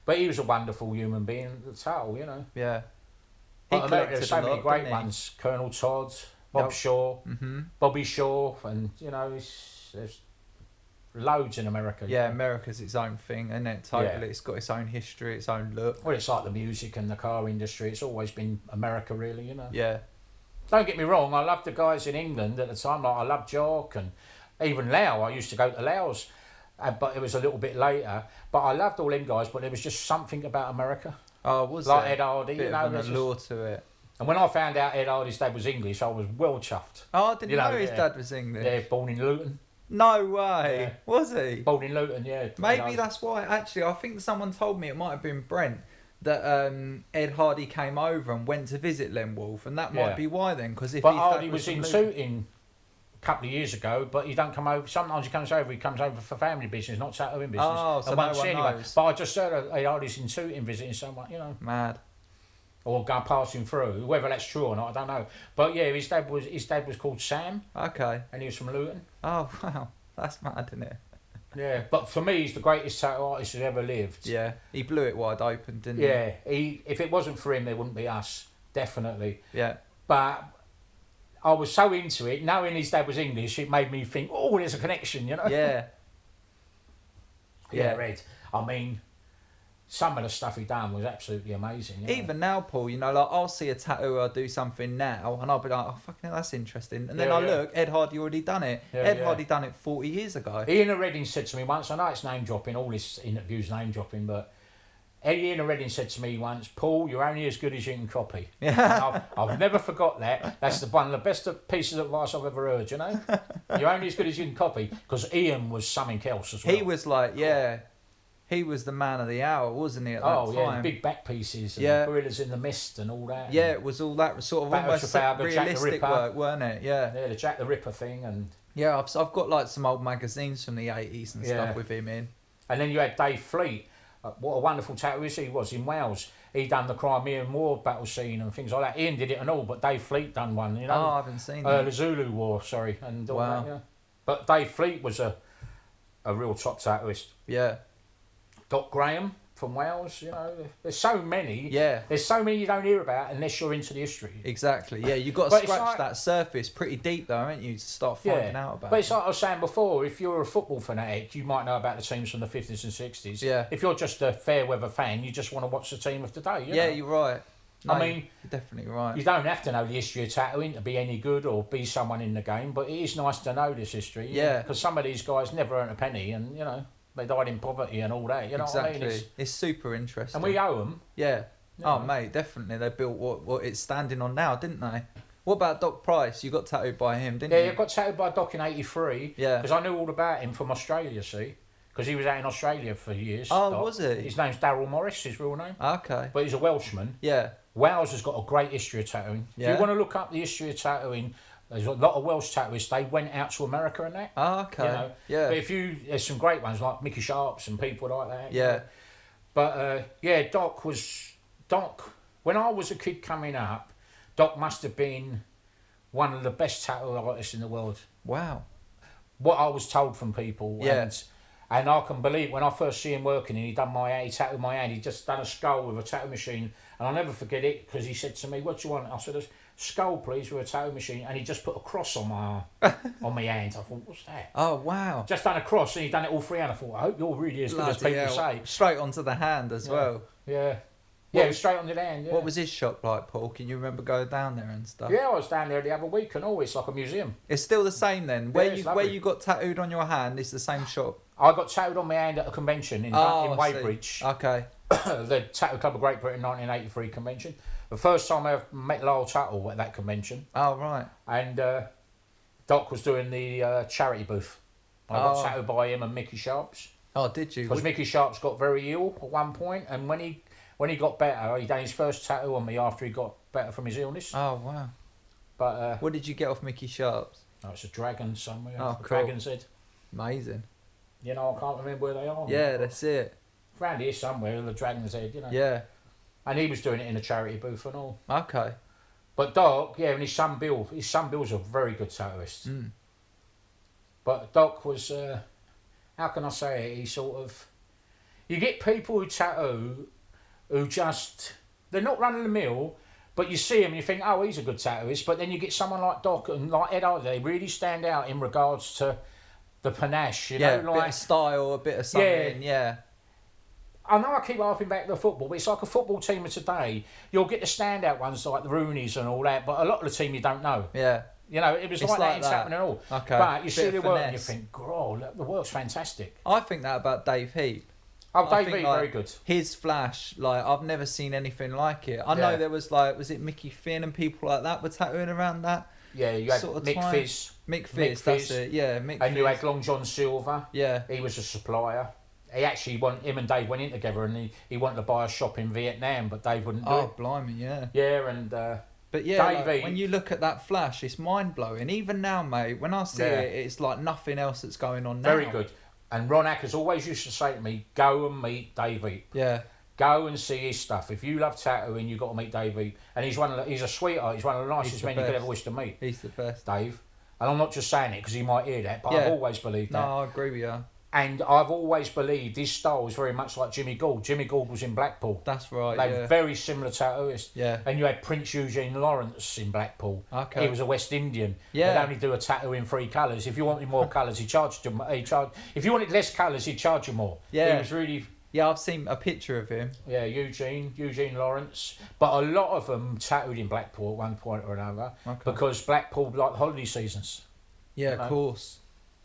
S2: But he was a wonderful human being, the Tuttle, you know.
S1: Yeah. He
S2: But America,
S1: collected
S2: there's so
S1: a lot,
S2: many great
S1: didn't he?
S2: ones. Colonel Todd, Bob
S1: Yep.
S2: Shaw,
S1: Mm-hmm.
S2: Bobby Shaw, and, you know, it's, there's loads in America.
S1: Yeah, America's its own thing, isn't it? Totally, it's got its own history, its own look.
S2: Well, it's like the music and the car industry. It's always been America, really, you know.
S1: Yeah,
S2: Don't get me wrong, I loved the guys in England at the time. Like I loved York and even Lau. I used to go to Lau's, uh, but it was a little bit later. But I loved all them guys. But there was just something about America,
S1: oh, was
S2: like
S1: there?
S2: Ed Hardy,
S1: bit
S2: uh, you know.
S1: of an
S2: there's just-
S1: allure to it.
S2: And when I found out Ed Hardy's dad was English, I was well chuffed.
S1: Oh, I didn't
S2: You
S1: know,
S2: know,
S1: his
S2: yeah.
S1: dad was English.
S2: Yeah, born in Luton.
S1: No way,
S2: Yeah.
S1: was he?
S2: Born in Luton, yeah. you
S1: Maybe
S2: know.
S1: that's why. Actually, I think someone told me it might have been Brent that um, Ed Hardy came over and went to visit Len Wolf, and that might
S2: Yeah.
S1: be why then. Because if
S2: But
S1: his
S2: Hardy
S1: dad
S2: was
S1: from
S2: in
S1: Luton-
S2: shooting a couple of years ago, but he don't come over. Sometimes he comes over. He comes over for family business, not tattooing business.
S1: Oh, so
S2: I
S1: no
S2: won't see
S1: one
S2: anyone.
S1: knows.
S2: But I just heard Ed Hardy's in shooting visiting someone, you know.
S1: mad,
S2: or go passing through. Whether that's true or not, I don't know. But yeah, his dad was his dad was called Sam,
S1: okay.
S2: and he was from Luton.
S1: Oh wow, that's mad, isn't it?
S2: Yeah, but for me, he's the greatest tattoo artist who ever lived.
S1: Yeah, he blew it wide open, didn't
S2: yeah. He if it wasn't for him, there wouldn't be us, definitely.
S1: he? Yeah,
S2: But I was so into it. Knowing his dad was English, it made me think, oh, there's a connection, you know?
S1: Yeah.
S2: Yeah,
S1: yeah.
S2: Red. I mean, some of the stuff he done was absolutely amazing. you know?
S1: Even now, Paul, you know, like I'll see a tattoo or I'll do something now, and I'll be like, "Oh, fucking hell, that's interesting." And then
S2: Yeah,
S1: I
S2: yeah.
S1: look, Ed Hardy already done it.
S2: Yeah,
S1: Ed
S2: yeah.
S1: Hardy done it forty years ago.
S2: Ian Redding said to me once, I know it's name dropping, all this interviews name dropping, but Ian Redding said to me once, Paul, you're only as good as you can copy. And I've, I've never forgot that. That's the one of the best of pieces of advice I've ever heard, you know? You're only as good as you can copy, because Ian was something else as well.
S1: He was like, yeah, he was the man of the hour, wasn't he? At that
S2: Oh, yeah, the
S1: time.
S2: big back pieces and
S1: Yeah.
S2: gorillas in the mist and all that.
S1: Yeah, it was all that sort of
S2: Battle of
S1: almost
S2: Trafalgar, Jack the
S1: realistic
S2: Ripper.
S1: work, weren't it? Yeah.
S2: Yeah, the Jack the Ripper thing and
S1: Yeah, I've, I've got like some old magazines from the 80s and
S2: Yeah.
S1: stuff with him in.
S2: And then you had Dave Fleet. Uh, what a wonderful tattooist he was in Wales. He done the Crimean War battle scene and things like that. Ian did it and all, but Dave Fleet done one, you
S1: Oh, I
S2: know.
S1: haven't seen
S2: uh,
S1: that.
S2: the Zulu War, sorry. And all
S1: Wow.
S2: that, yeah. But Dave Fleet was a a real top tattooist.
S1: yeah,
S2: Doc Graham from Wales, you know. There's so many.
S1: yeah,
S2: There's so many you don't hear about unless you're into the history.
S1: exactly. Yeah, you got
S2: But
S1: to
S2: it's
S1: scratch
S2: like-
S1: that surface pretty deep, though, haven't you, to start finding out about
S2: But
S1: it.
S2: it's like I was saying before, if you're a football fanatic, you might know about the teams from the 50s and 60s.
S1: Yeah.
S2: If you're just a fair weather fan, you just want to watch the team of today. You
S1: yeah,
S2: know?
S1: you're right.
S2: I
S1: No,
S2: mean-
S1: you're definitely right.
S2: You don't have to know the history of tattooing to be any good or be someone in the game, but it is nice to know this history.
S1: Yeah.
S2: Because some of these guys never earned a penny and, you know, they died in poverty and all that. You know
S1: exactly.
S2: what I mean? It's,
S1: it's, super interesting.
S2: and we owe them.
S1: yeah. Oh, mate, definitely. They built what, what it's standing on now, didn't they? What about Doc Price? You got tattooed by him, didn't
S2: Yeah,
S1: you?
S2: I got tattooed by Doc in 83
S1: Mm. Yeah.
S2: because I knew all about him from Australia, see? Because he was out in Australia for years.
S1: Oh,
S2: Doc.
S1: was he?
S2: His name's Daryl Morris, his real name.
S1: Ah, Okay.
S2: But he's a Welshman.
S1: Yeah.
S2: Wales has got a great history of tattooing. If
S1: Yeah.
S2: you want to look up the history of tattooing, there's a lot of Welsh tattooists. They went out to America and that.
S1: Ah, Okay.
S2: You know,
S1: yeah.
S2: But if you, there's some great ones like Mickey Sharps and people like that. you
S1: Yeah.
S2: know. But uh, yeah, Doc was Doc. When I was a kid coming up, Doc must have been one of the best tattoo artists in the world.
S1: Wow.
S2: What I was told from people.
S1: Yeah.
S2: And, and I can believe when I first see him working and he done my hand, he tattooed my hand, he just done a skull with a tattoo machine. And I'll never forget it because he said to me, What do you want? I said, "A skull, please, with a tattoo machine. And he just put a cross on my arm, on my hand. I thought, What's that?
S1: Oh, wow.
S2: just done a cross and he done it all three and I thought, I hope you're really as good as
S1: Bloody
S2: people say.
S1: hell. Straight onto the hand as well.
S2: Yeah. Yeah, it was straight on the land. Yeah.
S1: What was his shop like, Paul? Can you remember going down there and stuff?
S2: yeah, I was down there the other week and all, it's like a museum.
S1: It's still the same then. Where
S2: it's
S1: you
S2: lovely.
S1: where you got tattooed on your hand is the same shop.
S2: I got tattooed on my hand at a convention in, in
S1: Oh, I see.
S2: Weybridge,
S1: Okay.
S2: the Tattoo Club of Great Britain 1983 convention. The first time I ever met Lyle Tuttle at that convention,
S1: Oh right.
S2: and uh, Doc was doing the uh, charity booth. I
S1: Oh.
S2: got tattooed by him and Mickey Sharps.
S1: Oh, did you?
S2: because Mickey Sharp's got very ill at one point, and when he when he got better, he done his first tattoo on me after he got better from his illness.
S1: Oh wow.
S2: But uh,
S1: What did you get off Mickey Sharps?
S2: oh, it's a dragon somewhere.
S1: Oh,
S2: a
S1: cool.
S2: Dragon's head.
S1: Amazing.
S2: You know, I can't remember where they are.
S1: Yeah, that's it.
S2: round here somewhere, the dragon's head. You know,
S1: Yeah.
S2: and he was doing it in a charity booth and all.
S1: Okay.
S2: But Doc, yeah, and his son Bill, his son Bill's a very good tattooist.
S1: Mm.
S2: But Doc was, uh, how can I say it? He sort of, you get people who tattoo, who just they're not running the mill, but you see him and you think, oh, he's a good tattooist. But then you get someone like Doc and like Ed Hardy, they really stand out in regards to the panache. You
S1: yeah.
S2: know,
S1: a bit
S2: like
S1: of style, a bit of something. Yeah.
S2: I know I keep harping back to the football, but it's like a football team of today. You'll get the standout ones like the Roonies and all that, but a lot of the team you don't know.
S1: Yeah.
S2: You know, it was
S1: It's
S2: like,
S1: like
S2: that, it's
S1: that.
S2: happening all.
S1: Okay.
S2: But you
S1: Bit
S2: see
S1: of
S2: the work and you
S1: finesse.
S2: think, "Grow, look, the work's fantastic."
S1: I think that about Dave Heap.
S2: Oh,
S1: I
S2: Dave
S1: think,
S2: Lee,
S1: like,
S2: very good.
S1: His flash, like I've never seen anything like it. I know
S2: Yeah.
S1: there was like, was it Mickey Finn and people like that were tattooing around that?
S2: Yeah, you had
S1: sort of
S2: Nick
S1: time.
S2: Fizz,
S1: Mick
S2: Mick
S1: Fizz, that's
S2: Fizz.
S1: it. Yeah, Mick.
S2: and you
S1: Fizz.
S2: had Long John Silver.
S1: Yeah.
S2: He was a supplier. He actually, went, him and Dave went in together, and he, he wanted to buy a shop in Vietnam, but Dave wouldn't do
S1: Oh, blimey, yeah.
S2: it. Yeah, and uh,
S1: But yeah, like,
S2: Davey.
S1: when you look at that flash, it's mind blowing. Even now, mate, when I see
S2: Yeah.
S1: it, it's like nothing else that's going on now.
S2: very good. And Ron Ackers always used to say to me, "Go and meet Davey.
S1: Yeah,
S2: Go and see his stuff. If you love tattooing, you've got to meet Davey. And he's one of the, he's a sweetheart. He's one of the nicest
S1: the
S2: men you could
S1: best.
S2: ever wish to meet."
S1: he's the best.
S2: Dave. And I'm not just saying it because he might hear that, but
S1: Yeah.
S2: I've always believed
S1: No,
S2: that.
S1: I agree with you.
S2: And I've always believed his style was very much like Jimmy Gould. Jimmy Gould was in Blackpool.
S1: That's right.
S2: They were
S1: yeah.
S2: very similar tattooists.
S1: Yeah.
S2: And you had Prince Eugene Lawrence in Blackpool.
S1: Okay.
S2: He was a West Indian.
S1: Yeah.
S2: They'd only do a tattoo in three colours. If you wanted more colours, he charged you. He charged. If you wanted less colours, he charged you more.
S1: Yeah.
S2: He was really
S1: yeah, I've seen a picture of him.
S2: yeah, Eugene, Eugene Lawrence. But a lot of them tattooed in Blackpool at one point or another
S1: Okay.
S2: because Blackpool like holiday seasons.
S1: Yeah,
S2: No.
S1: of course.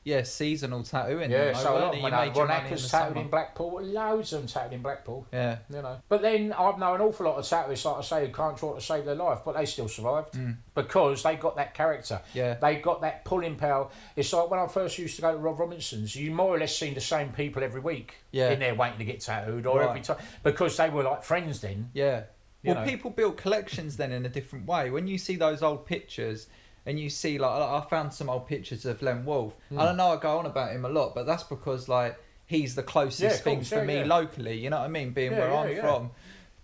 S1: Yeah, seasonal tattooing.
S2: yeah,
S1: then,
S2: so a
S1: though,
S2: lot
S1: weren't
S2: of
S1: it?
S2: them
S1: You made your
S2: Ron
S1: money in the
S2: Acker's tattooed
S1: summer.
S2: in Blackpool. Loads of them tattooed in Blackpool.
S1: Yeah,
S2: You know, but then I've known an awful lot of tattooists, like I say, who can't draw to save their life, but they still survived because they got that character.
S1: Mm. yeah,
S2: They got that pulling power. It's like when I first used to go to Rob Robinson's, you more or less seen the same people every week
S1: Yeah.
S2: in there waiting to get tattooed or
S1: Right.
S2: every time because they were like friends then.
S1: yeah.
S2: You
S1: Well,
S2: know.
S1: people build collections then in a different way. When you see those old pictures, and you see like, like, I found some old pictures of Len Wolf,
S2: Hmm.
S1: and I know I go on about him a lot, but that's because like he's the closest
S2: Yeah, of
S1: thing
S2: course,
S1: for
S2: yeah,
S1: me
S2: yeah.
S1: locally. You know what I mean? Being
S2: Yeah,
S1: where
S2: yeah,
S1: I'm
S2: yeah.
S1: from.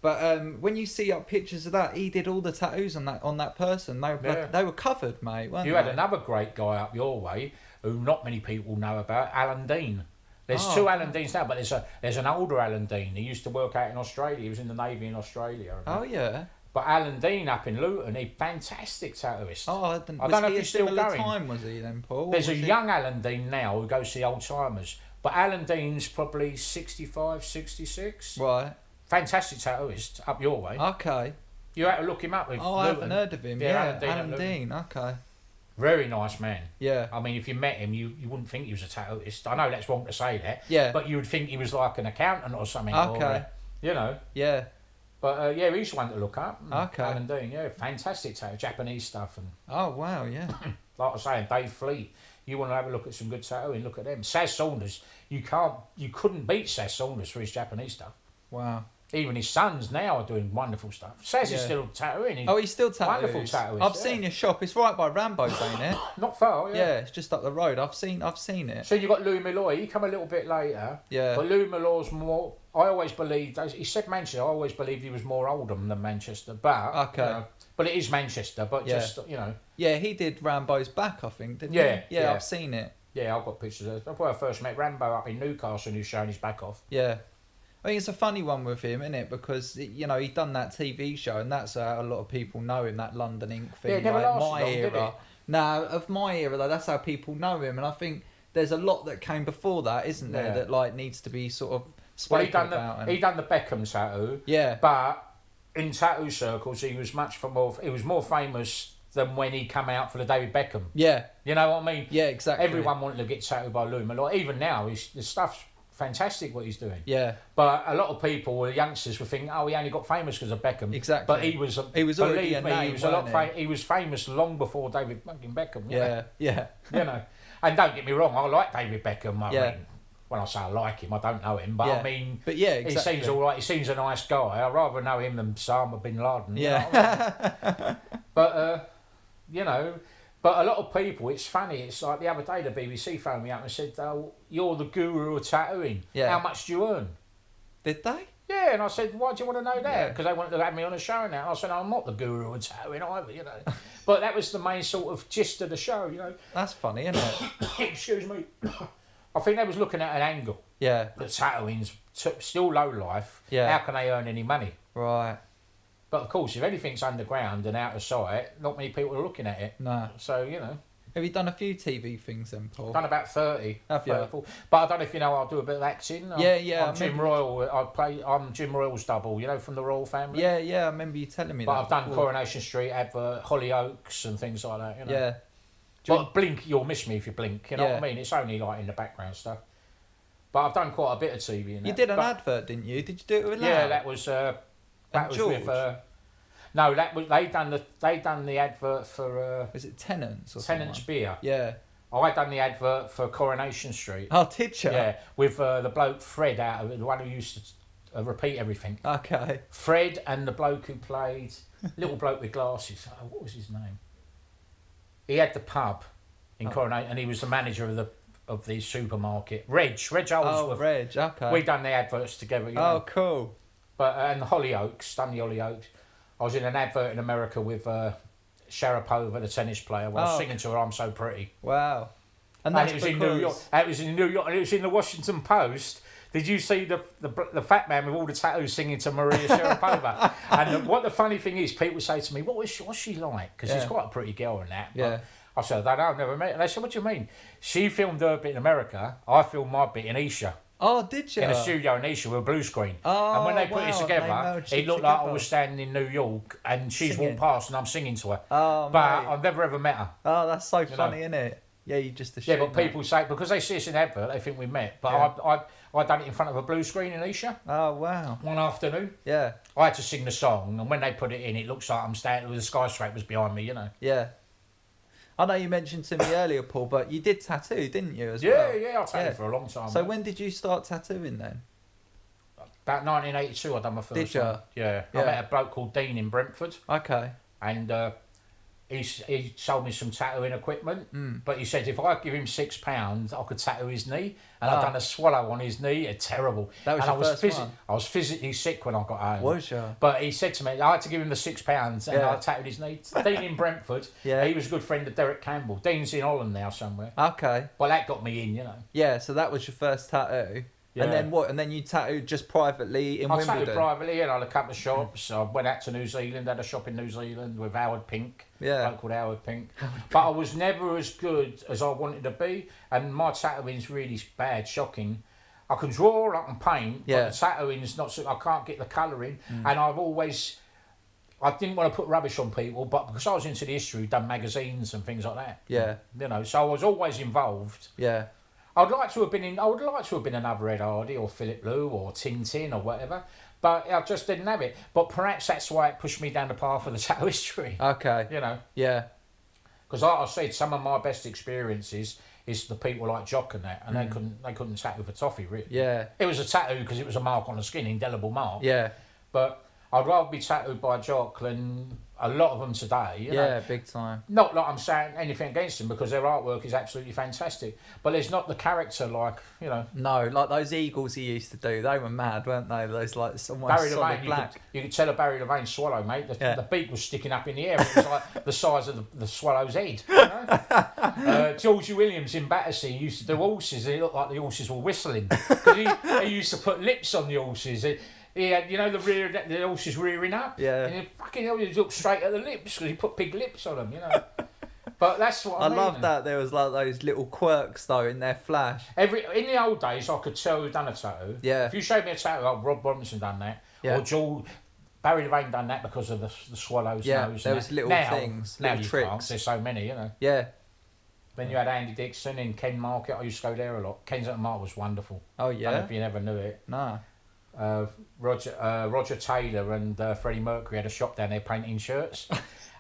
S1: But um, when you see like, pictures of that, he did all the tattoos on that on that person. They were,
S2: Yeah.
S1: they were covered, mate. Weren't
S2: You
S1: they?
S2: had another great guy up your way who not many people know about, Alan Dean. There's
S1: Oh,
S2: two Alan Deans now, but there's a there's an older Alan Dean. He used to work out in Australia. He was in the Navy in Australia. I
S1: Oh
S2: remember.
S1: yeah.
S2: But Alan Dean up in Luton, he fantastic tattooist.
S1: Oh, I, didn't,
S2: I
S1: was
S2: don't know
S1: he
S2: if
S1: a
S2: he's still
S1: similar
S2: going.
S1: time was he then, Paul?
S2: There's a
S1: Was he-
S2: young Alan Dean now who goes to the old timers. But Alan Dean's probably 65, 66.
S1: Right.
S2: Fantastic tattooist up your way.
S1: Okay.
S2: You had to look him up with
S1: Oh, I haven't
S2: Luton.
S1: heard of him.
S2: Yeah,
S1: Yeah,
S2: Alan Dean at
S1: Alan
S2: Luton.
S1: Dean. Okay.
S2: Very nice man.
S1: Yeah.
S2: I mean, if you met him, you, you wouldn't think he was a tattooist. I know that's wrong to say that.
S1: Yeah.
S2: But you would think he was like an accountant or something. Or,
S1: Okay.
S2: uh, you know.
S1: Yeah.
S2: But uh, yeah, he's one to look up. Mm,
S1: Okay.
S2: Alan Dean, yeah, fantastic tattoo, Japanese stuff. And
S1: Oh wow. Yeah.
S2: like I was saying, Dave Fleet, you want to have a look at some good tattooing, look at them. Saz Saunders, you can't, you couldn't beat Saz Saunders for his Japanese stuff.
S1: Wow.
S2: Even his sons now are doing wonderful stuff. Saz
S1: Yeah.
S2: is still tattooing. He,
S1: Oh, he's still tattoos.
S2: Wonderful tattoos,
S1: I've
S2: yeah.
S1: seen your shop. It's right by Rambo's, ain't it?
S2: Not far, yeah.
S1: Yeah, it's just up the road. I've seen. I've seen it.
S2: So you got Louis Malloy, he come a little bit later.
S1: Yeah.
S2: But Lou Millar's more. I always believed he said Manchester. I always believed he was more Oldham than Manchester, but
S1: Okay.
S2: you know, but it is Manchester. But
S1: Yeah.
S2: just you know,
S1: Yeah, he did Rambo's back. I think. Didn't
S2: Yeah,
S1: He? Yeah.
S2: yeah.
S1: I've seen it.
S2: yeah, I've got pictures. of That's where I first met Rambo up in Newcastle, and he was showing his back off.
S1: Yeah. I mean, it's a funny one with him, isn't it? Because you know he done that TV show, and that's how a lot of people know him. That London Ink thing,
S2: Yeah, it never
S1: like
S2: lasted
S1: my
S2: long, did
S1: era.
S2: it?
S1: No, of my era though, that's how people know him, and I think there's a lot that came before that, isn't there?
S2: Yeah.
S1: That like needs to be sort of
S2: Well, he
S1: spoken
S2: done
S1: about.
S2: the
S1: and-
S2: he done the Beckham tattoo,
S1: yeah,
S2: but in tattoo circles, he was much for more. He was more famous than when he come out for the David Beckham.
S1: yeah,
S2: You know what I mean?
S1: yeah, exactly.
S2: Everyone wanted to get tattooed by Lou Millar. Even now, he's, the stuff's fantastic. What he's doing.
S1: Yeah,
S2: But a lot of people, well, youngsters, were thinking, "Oh, he only got famous because of Beckham."
S1: Exactly.
S2: But he was. A,
S1: He was already
S2: believe
S1: a
S2: me,
S1: name,
S2: he was a lot.
S1: wasn't
S2: Fa- he was famous long before David fucking Beckham. you know,
S1: yeah, yeah,
S2: you know, and don't get me wrong, I like David Beckham. I
S1: Yeah.
S2: mean, when I say I like him, I don't know him, but
S1: Yeah.
S2: I mean,
S1: but yeah,
S2: he
S1: exactly.
S2: seems all right. He seems a nice guy. I'd rather know him than Osama bin Laden. you know what I mean?
S1: yeah,
S2: But uh, you know, but a lot of people, it's funny. It's like the other day, the BBC phoned me up and said, "Oh, you're the guru of tattooing.
S1: Yeah.
S2: How much do you earn?"
S1: did they?
S2: Yeah, and I said, why do you want to know that?
S1: Yeah.
S2: Because they wanted to have me on a show now. And I said, I'm not the guru of tattooing either, you know. but that was the main sort of gist of the show, you know.
S1: That's funny, isn't it?
S2: Excuse me. I think they was looking at an angle
S1: yeah,
S2: that tattooing's t- still low life.
S1: Yeah.
S2: How can they earn any money?
S1: right.
S2: But of course, if anything's underground and out of sight, not many people are looking at it.
S1: No,
S2: So, you know,
S1: have you done a few TV things then, Paul?
S2: done about 30.
S1: Have you?
S2: 34. But I don't know if you know, I'll do a bit of acting. I'm-
S1: Yeah, yeah, I
S2: I'm Jim
S1: remember-
S2: Royal. I play, I'm Jim Royal's double, you know, from the Royal family.
S1: Yeah, yeah, I remember you telling me
S2: But
S1: that.
S2: I've done
S1: before.
S2: Coronation Street, advert, Hollyoaks, and things like that. You know.
S1: Yeah,
S2: But blink, you'll miss me if you blink. You know what
S1: Yeah.
S2: I mean? It's only like in the background stuff. But I've done quite a bit of TV. And
S1: you
S2: that.
S1: did an
S2: But-
S1: advert, didn't you? Did you do it with
S2: Yeah,
S1: Lau?
S2: that was. Uh, that
S1: And
S2: was
S1: George?
S2: with. Uh, no, that was they done the they done the advert for
S1: was it Tenants
S2: uh,
S1: or
S2: Tenants
S1: someone?
S2: Beer.
S1: Yeah.
S2: I done the advert for Coronation Street.
S1: Oh, did you?
S2: Yeah, with uh, the bloke Fred out of it, the one who used to uh, repeat everything.
S1: Okay.
S2: Fred and the bloke who played little bloke with glasses. Oh, what was his name? He had the pub in
S1: Oh.
S2: Coronation, and he was the manager of the of the supermarket. Reg, Reg
S1: Oh,
S2: Oldsworth.
S1: Reg. Okay.
S2: we done the adverts together. You
S1: oh,
S2: know.
S1: cool.
S2: but uh, and the Hollyoaks, done the Hollyoaks. I was in an advert in America with uh, Sharapova, the tennis player, while
S1: Oh,
S2: singing to her "I'm So Pretty."
S1: Wow. And
S2: and
S1: that's
S2: it was
S1: because
S2: in New York. and It was in New York, and it was in the Washington Post. Did you see the the, br- the fat man with all the tattoos singing to Maria Sharapova? and the, what the funny thing is, people say to me, "What was she, what's she like?" Because she's
S1: Yeah.
S2: quite a pretty girl and that. but
S1: Yeah.
S2: I said, "I don't know, I've never met." her." And they said, "What do you mean?" She filmed her bit in America. I filmed my bit in Isha
S1: Oh, did you?
S2: in a studio in Isha with a blue screen.
S1: Oh,
S2: and when they put
S1: wow,
S2: it
S1: they
S2: together,
S1: merged
S2: it
S1: it
S2: looked like I
S1: together.
S2: was standing in New York, and she's
S1: Singing.
S2: walked past, and I'm singing to her.
S1: Oh,
S2: but
S1: mate.
S2: I've never ever met her.
S1: Oh, that's so
S2: know.
S1: funny, isn't it? Yeah, you just
S2: Yeah,
S1: assume.
S2: but
S1: that.
S2: people say because they see us in the advert, they think we met. But
S1: Yeah.
S2: I, I, I done it in front of a blue screen in Isha
S1: Oh wow.
S2: one afternoon.
S1: Yeah,
S2: I had to sing the song, and when they put it in, it looks like I'm standing with the skyscrapers behind me. You know.
S1: yeah. I know you mentioned to me earlier, Paul, but you did tattoo, didn't you? As
S2: Yeah,
S1: well.
S2: uh, yeah, I've taken
S1: Yeah.
S2: it for a long time.
S1: So when did you start tattooing then?
S2: about 1982, I done my first.
S1: Did ya?
S2: one. Yeah. I
S1: Yeah.
S2: met a bloke called Dean in Brentford,
S1: Okay.
S2: and uh, he s- he sold me some tattooing equipment.
S1: Hmm.
S2: But he said if I give him six pounds, I could tattoo his knee, and
S1: Ah.
S2: I done a swallow on his knee. It's terrible.
S1: That was
S2: and
S1: your
S2: I was
S1: first
S2: physi-
S1: one?
S2: I was physically sick when I got home.
S1: Was you?
S2: But he said to me, I had to give him the six pounds and
S1: Yeah.
S2: I tattooed his knee. Dean in Brentford,
S1: Yeah.
S2: he was a good friend of Derek Campbell. Dean's in Holland now somewhere.
S1: Okay.
S2: Well, that got me in, you know.
S1: Yeah. So that was your first tattoo.
S2: Yeah.
S1: And then what? And then you tattooed just privately in
S2: I
S1: Wimbledon.
S2: tattooed privately and I had a couple of shops. I went out to New Zealand, had a shop in New Zealand with Howard Pink.
S1: Yeah.
S2: bloke called Howard Pink. but I was never as good as I wanted to be, and my tattooing's really bad, shocking. I can draw, I can paint,
S1: Yeah. Mm.
S2: but the tattooing's not. So, I can't get the colour in, and I've always. I didn't want to put rubbish on people, but because I was into the history, done magazines and things like that.
S1: Yeah.
S2: You know, so I was always involved.
S1: Yeah.
S2: I'd like to have been in. I would like to have been another Ed Hardy or Philip Lou or Tintin or whatever, but I just didn't have it. But perhaps that's why it pushed me down the path of the tattoo history.
S1: Okay.
S2: You know,
S1: Yeah.
S2: because like I said, some of my best experiences is the people like Jock and that, and they couldn't they couldn't tattoo for toffee really.
S1: Mm. Yeah.
S2: It was a tattoo because it was a mark on the skin, indelible mark.
S1: Yeah.
S2: But I'd rather be tattooed by Jock than a lot of them today. You know?
S1: Yeah. Big time.
S2: Not that I'm saying anything against them because their artwork is absolutely fantastic, but there's not the character like you know.
S1: No, like those eagles he used to do, they were mad, weren't they? Those like someone
S2: Barry
S1: solid
S2: Levine, you could,
S1: black.
S2: you could tell a Barry Levine swallow, mate. The,
S1: Yeah.
S2: the beak was sticking up in the air. It was like the size of the, the swallow's head. You know? uh, Georgie Williams in Battersea used to do horses, and it looked like the horses were whistling. 'Cause he, he used to put lips on the horses. He, he had, you know, the rear, the horses rearing up.
S1: Yeah.
S2: And he fucking hell, he looked straight at the lips because he put big lips on them, you know. but that's what I,
S1: I
S2: mean.
S1: love that there was like those little quirks though in their flash.
S2: Every in the old days, I could tell who done a tattoo.
S1: Yeah.
S2: If you showed me a tattoo, like Rob Robinson done that,
S1: Yeah.
S2: or Joel Barry Levine done that because of the, the swallows.
S1: Yeah,
S2: nose
S1: there
S2: and
S1: was
S2: that.
S1: little
S2: now,
S1: things,
S2: now
S1: little
S2: you
S1: tricks.
S2: Can't. There's so many, you know.
S1: Yeah.
S2: Then you had Andy Dixon in Ken Market. I used to go there a lot. Kensington Market was wonderful.
S1: Oh
S2: I don't know
S1: yeah.
S2: if you never knew it.
S1: Nah.
S2: Uh, Roger uh, Roger Taylor and uh, Freddie Mercury had a shop down there painting shirts.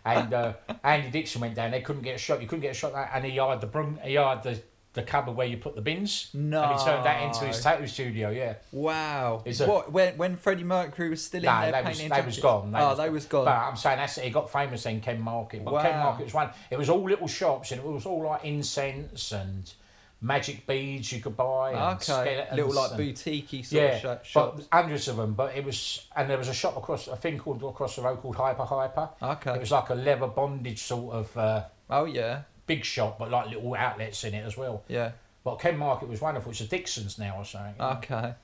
S2: And uh, Andy Dixon went down. They couldn't get a shop. You couldn't get a shop. And he yard the brun- he yard the, the cupboard where you put the bins.
S1: No.
S2: And he turned that into his tattoo studio. Yeah.
S1: Wow.
S2: It's a-
S1: what when when Freddie Mercury was still in
S2: No,
S1: there
S2: they was,
S1: painting
S2: they was
S1: judges?
S2: gone. They
S1: oh,
S2: was
S1: they was gone.
S2: But I'm saying that's it. got famous then, Ken Market. But Ken
S1: Wow.
S2: Market was one. It was all little shops and it was all like incense and magic beads you could buy. And
S1: okay.
S2: skeletons
S1: Little like
S2: and-
S1: boutique sort
S2: Yeah,
S1: of sh-
S2: but
S1: shops.
S2: hundreds of them. But it was, and there was a shop across a thing called across the road called Hyper Hyper.
S1: okay.
S2: It was like a leather bondage sort of uh,
S1: oh yeah.
S2: big shop, but like little outlets in it as well.
S1: Yeah.
S2: But Ken Market was wonderful. It's a Dixon's now or something. you know.
S1: Okay.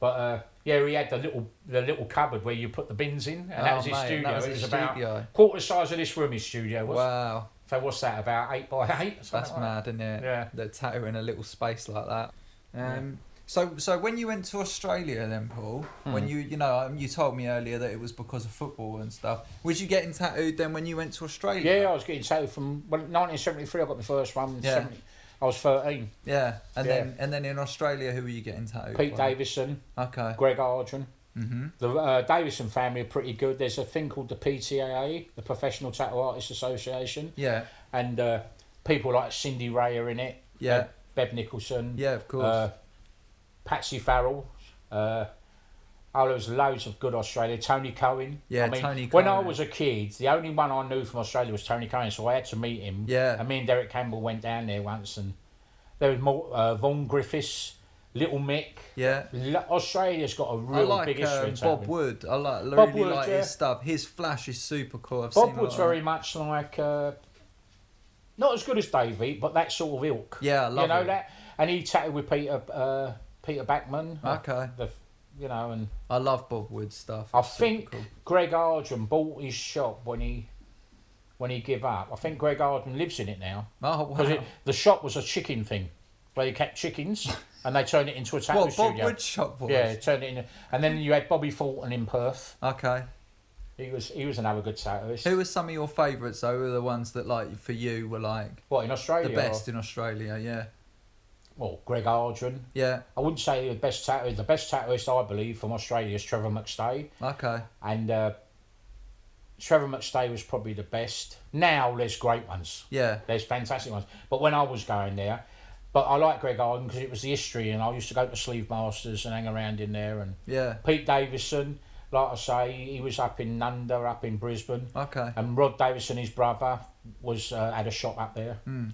S2: But uh, yeah, he had the little the little cupboard where you put the bins in, and that
S1: Oh,
S2: was his
S1: mate,
S2: studio.
S1: that was
S2: it
S1: his
S2: was about
S1: studio.
S2: quarter size of this room. His studio was.
S1: Wow.
S2: So what's that about eight by eight?
S1: That's
S2: something like
S1: mad, isn't it?
S2: Yeah.
S1: They're tattooing a little space like that. Um, So, so when you went to Australia, then Paul,
S2: Hmm.
S1: when you, you know, um, you told me earlier that it was because of football and stuff. Was you getting tattooed then when you went to
S2: that.
S1: Australia?
S2: Yeah, I was getting tattooed from well, 1973. I got my first one.
S1: Yeah.
S2: 70 I was 13.
S1: Yeah. And
S2: Yeah.
S1: then, and then in Australia, who were you getting tattooed?
S2: Pete
S1: by?
S2: Davison,
S1: Okay.
S2: Greg Arjun.
S1: Mm-hmm.
S2: The uh, Davison family are pretty good. There's a thing called the PTAA, the Professional Tattoo Artists Association,
S1: Yeah.
S2: and uh, people like Cindy Ray are in it.
S1: Yeah.
S2: Bev- Bev Nicholson.
S1: Yeah. Of course.
S2: Uh, Patsy Farrell. Uh, oh, there was loads of good Australia. Tony Cohen.
S1: Yeah,
S2: I mean,
S1: Tony
S2: When I
S1: Cohen.
S2: was a kid, the only one I knew from Australia was Tony Cohen, so I had to meet him.
S1: Yeah.
S2: And me and Derek Campbell went down there once, and there was more uh, Vaughn Griffiths, Little Mick.
S1: yeah.
S2: Lo- Australia's got a
S1: I
S2: real
S1: like
S2: big history.
S1: um,
S2: in
S1: Bob
S2: tattooing.
S1: Wood. I like really
S2: Bob Wood,
S1: like
S2: yeah.
S1: his stuff. His flash is super cool. I've seen
S2: Bob
S1: a
S2: Wood's
S1: lot of-
S2: very much like uh, Not as good as Davey, but that sort of ilk.
S1: Yeah, I love
S2: you know
S1: it.
S2: that. And he tattooed with Peter uh, Peter Backman. uh,
S1: Okay.
S2: The, you know, and
S1: I love Bob Wood stuff.
S2: I
S1: It's super
S2: think
S1: cool.
S2: Greg Arden bought his shop when he when he gave up. I think Greg Arden lives in it now
S1: Oh
S2: because
S1: wow.
S2: the shop was a chicken thing where you kept chickens and they turned it into a tattoo
S1: What Bob
S2: studio.
S1: Wood shop was?
S2: yeah, turned it in, and then you had Bobby Fulton in Perth.
S1: Okay.
S2: He was he was another good tattooist.
S1: Who were some of your favourites though? Who were the ones that like for you were like
S2: What in Australia?
S1: the best in Australia? Yeah.
S2: Well, Greg Arden.
S1: Yeah.
S2: I wouldn't say he was the best tattoo. The best tattooist I believe from Australia is Trevor McStay,
S1: Okay.
S2: and uh, Trevor McStay was probably the best. Now there's great ones.
S1: Yeah.
S2: There's fantastic ones. But when I was going there, but I like Greg Arden because it was the history, and I used to go to Sleeve Masters and hang around in there. And
S1: Yeah.
S2: Pete Davison, like I say, he was up in Nunda, up in Brisbane,
S1: Okay.
S2: and Rod Davison, his brother, was uh, had a shop up there.
S1: Mm.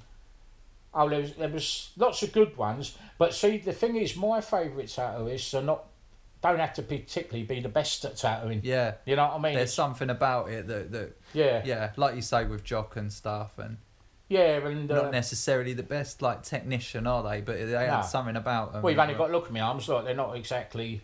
S2: Oh, there was, there was lots of good ones, but see, the thing is, my favourite tattooists are not don't have to particularly be the best at tattooing.
S1: Yeah.
S2: You know what I mean?
S1: There's something about it that that
S2: yeah, yeah,
S1: yeah, like you say with Jock and stuff, and
S2: and uh,
S1: not necessarily the best like technician are they? But they had
S2: No.
S1: something about them.
S2: Well, you've only got to look at my arms. Like they're not exactly,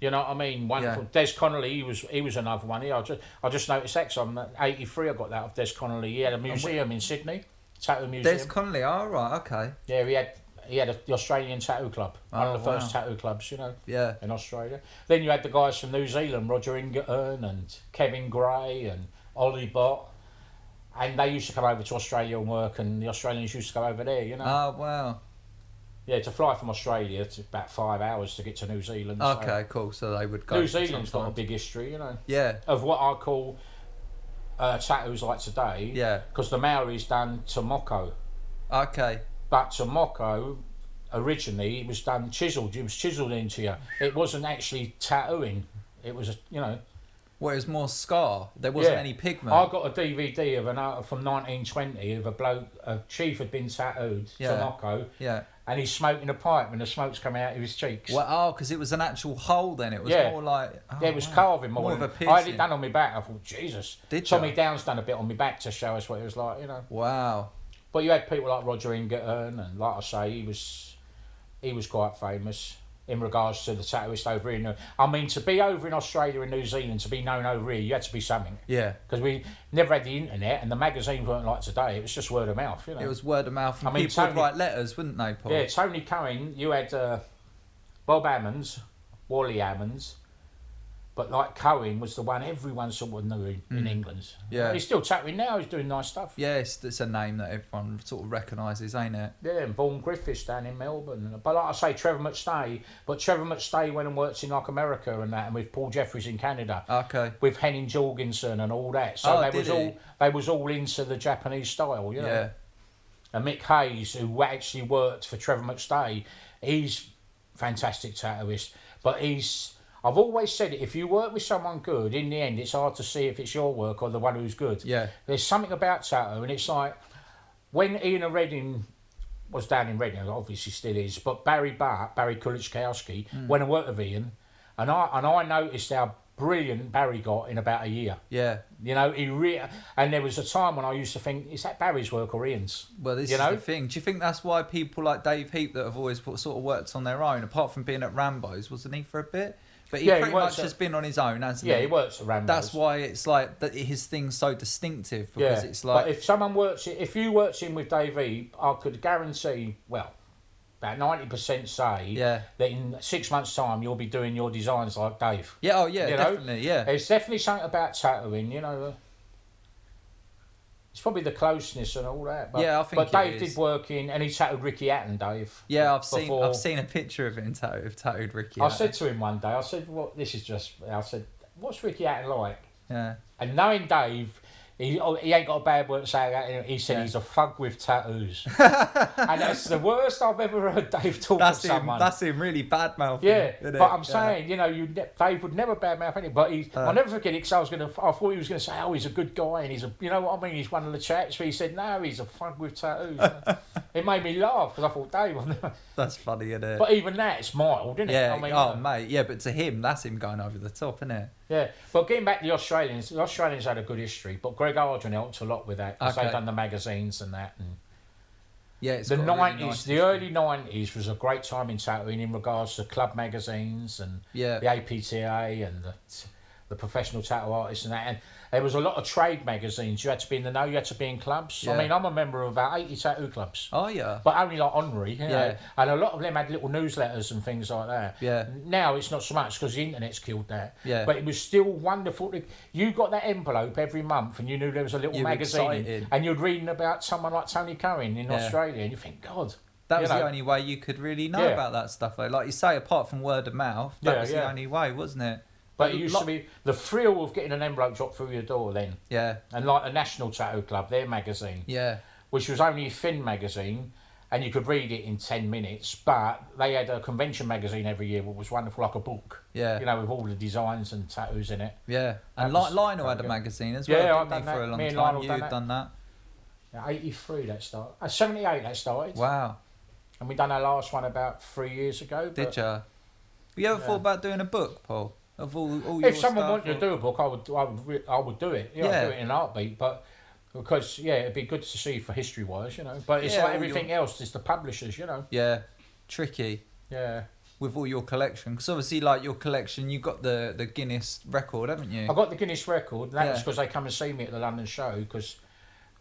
S2: you know what I mean. Wonderful. Des Connolly, he was he was another one. He, I just I just noticed X. I'm eighty three. I got that of Des Connolly. He had a museum in Sydney, tattoo museum.
S1: There's Connolly. All right. Okay.
S2: yeah, he had he had a, the Australian tattoo club. One
S1: Oh,
S2: of the first
S1: wow.
S2: tattoo clubs, you know,
S1: Yeah.
S2: in Australia. Then you had the guys from New Zealand, Roger Ingerton and Kevin Gray and Ollie Bott. And they used to come over to Australia and work, and the Australians used to go over there, you know.
S1: Oh wow.
S2: yeah, to fly from Australia, it's about five hours to get to New Zealand. so-
S1: Okay. Cool. So they would go.
S2: New Zealand's got a
S1: sometimes.
S2: big history, you know,
S1: Yeah.
S2: of what I call uh, tattoos like today.
S1: Yeah.
S2: Because the Maori's done tomoko,
S1: Okay.
S2: but tomoko originally it was done chiselled. It was chiselled into you. It wasn't actually tattooing. It was, you know,
S1: Well, it was more scar. There wasn't
S2: Yeah.
S1: any pigment.
S2: I got a DVD of an art from 1920 of a bloke, a chief had been tattooed
S1: Yeah.
S2: tomoko,
S1: Yeah.
S2: and he's smoking a pipe, and the smoke's coming out of his cheeks.
S1: Well, oh, because it was an actual hole then. It was
S2: Yeah.
S1: more like. Oh,
S2: Yeah, it was
S1: wow.
S2: carving more.
S1: More of a
S2: than- I had
S1: piercing.
S2: it done on my back. I thought, Jesus.
S1: Did
S2: Tommy
S1: ya?
S2: Down's done a bit on my back to show us what it was like, you know.
S1: Wow.
S2: But you had people like Roger Ingerton, and like I say, he was he was quite famous in regards to the tattooist over here. I mean, to be over in Australia and New Zealand, to be known over here, you had to be something.
S1: Yeah.
S2: Because we never had the internet, and the magazines weren't like today. It was just word of mouth, you know.
S1: It was word of mouth, and
S2: I mean,
S1: people would
S2: Tony-
S1: write letters, wouldn't they, Paul?
S2: Yeah, Tony Cohen, you had uh, Bob Ammons, Wally Ammons, but like Cohen was the one everyone sort of knew in, in England.
S1: Mm. Yeah.
S2: He's still tattooing now, he's doing nice stuff. Yeah,
S1: Yes, it's a name that everyone sort of recognises, ain't it?
S2: and Vaughan Griffiths down in Melbourne. But like I say, Trevor McStay, but Trevor McStay went and worked in like America and that, and with Paul Jeffries in Canada.
S1: Okay.
S2: with Henning Jorgensen and all that, so
S1: Oh,
S2: they
S1: did
S2: was
S1: he?
S2: all they was all into the Japanese style, you know.
S1: Yeah.
S2: And Mick Hayes, who actually worked for Trevor McStay, he's fantastic tattooist. But he's I've always said it, if you work with someone good, in the end it's hard to see if it's your work or the one who's good.
S1: Yeah.
S2: There's something about tattoo and it's like when Ian of Reading was down in Reading, obviously still is, but Barry Bart, Barry Kulichkowski, when I worked with Ian, and I and I noticed how brilliant Barry got in about a year.
S1: Yeah.
S2: You know, he re- and there was a time when I used to think, is that Barry's work or Ian's?
S1: Well, this
S2: You
S1: is
S2: know?
S1: the thing. Do you think that's why people like Dave Heap that have always put, sort of worked on their own, apart from being at Rambo's, wasn't he for a bit? But he
S2: Yeah, he
S1: pretty
S2: works
S1: much
S2: at-
S1: has been on his own, hasn't
S2: Yeah,
S1: he?
S2: he works around.
S1: That's why it's like that. His thing's so distinctive because it's like
S2: but if someone works, if you worked in with Davey, I could guarantee, well, about ninety percent say
S1: Yeah.
S2: that in six months' time you'll be doing your designs like Dave.
S1: yeah, oh yeah,
S2: you know,
S1: definitely, yeah,
S2: It's definitely something about tattooing, you know. It's probably the closeness and all that. But,
S1: Yeah, I think
S2: But
S1: it
S2: Dave
S1: is.
S2: did work in, and he tattooed Ricky Hatton, Dave.
S1: yeah. I've seen
S2: before-
S1: I've seen a picture of him tattooed, of tattooed Ricky.
S2: I
S1: Hatton.
S2: said to him one day, I said, "What? This is just." I said, "What's Ricky Hatton like?"
S1: yeah,
S2: And knowing Dave, he, oh, he ain't got a bad word to say about him. He said
S1: Yeah.
S2: he's a thug with tattoos, and that's the worst I've ever heard Dave talk
S1: that's
S2: to
S1: him.
S2: someone.
S1: That's him really bad mouthing.
S2: yeah,
S1: isn't
S2: but
S1: it?
S2: I'm saying, you know, you ne- Dave would never badmouth anybody. But he,
S1: Uh.
S2: I'll never forget it because I was gonna, I thought he was gonna say, "Oh, he's a good guy," and he's a, you know what I mean? He's one of the chaps. But he said, "No, he's a thug with tattoos." It made me laugh because I thought, Dave, I've never...
S1: That's funny, isn't it?
S2: but even that, it's mild, isn't it?
S1: yeah.
S2: I mean,
S1: oh,
S2: uh,
S1: mate. Yeah, but to him, that's him going over the top, isn't it?
S2: yeah. But getting back to the Australians, the Australians had a good history, but Greg Arden helped a lot with that because
S1: Okay.
S2: they've done the magazines and that. And
S1: Yeah. It's
S2: the
S1: got a really
S2: nineties,
S1: nice
S2: the
S1: history.
S2: early nineties was a great time in tattooing in regards to club magazines and
S1: Yeah.
S2: the APTA and the, the professional tattoo artists and that. And there was a lot of trade magazines. You had to be in the know. You had to be in clubs.
S1: Yeah.
S2: I mean, I'm a member of about eighty tattoo clubs,
S1: Oh yeah.
S2: but only like honorary. You know?
S1: Yeah.
S2: And a lot of them had little newsletters and things like that.
S1: Yeah.
S2: Now it's not so much because the internet's killed that.
S1: Yeah.
S2: But it was still wonderful. to- You got that envelope every month, and you knew there was a little
S1: You were
S2: magazine,
S1: excited.
S2: and you're reading about someone like Tony Curran in
S1: Yeah.
S2: Australia, and you think, God.
S1: That
S2: you
S1: was
S2: know.
S1: the only way you could really know
S2: Yeah.
S1: about that stuff, though. Like you say, apart from word of mouth, that
S2: Yeah,
S1: was the
S2: yeah.
S1: only way, wasn't it?
S2: But it used
S1: lo-
S2: to be the thrill of getting an envelope dropped through your door then.
S1: Yeah,
S2: And like the National Tattoo Club, their magazine,
S1: yeah,
S2: which was only a thin magazine, and you could read it in 10 minutes, but they had a convention magazine every year, which was wonderful, like a book.
S1: Yeah.
S2: You know, with all the designs and tattoos in it.
S1: yeah. And
S2: That was
S1: Li- Lionel had a
S2: very good.
S1: magazine as
S2: Yeah,
S1: well,
S2: I've
S1: didn't he,
S2: done
S1: for a
S2: that.
S1: long
S2: Me
S1: time?
S2: and Lionel
S1: You'd
S2: done
S1: done,
S2: that.
S1: that.
S2: Yeah, 83 that started. Uh, 78 that started.
S1: Wow,
S2: And we done our last one about three years ago.
S1: did
S2: but
S1: you? Have you ever
S2: Yeah.
S1: thought about doing a book, Paul? Of all, all your
S2: If someone
S1: stuff,
S2: wanted to do a book, I would, I would, re- I would do it. Yeah,
S1: Yeah.
S2: I'd do it in a heartbeat. But because yeah, it'd be good to see for history wise, you know. But it's
S1: Yeah,
S2: like
S1: all
S2: everything else. It's the publishers, you know.
S1: yeah, tricky
S2: Yeah,
S1: with all your collection because obviously, like your collection, you got the the Guinness record, haven't you?
S2: I got the Guinness record. That was
S1: Yeah.
S2: because they come and see me at the London show because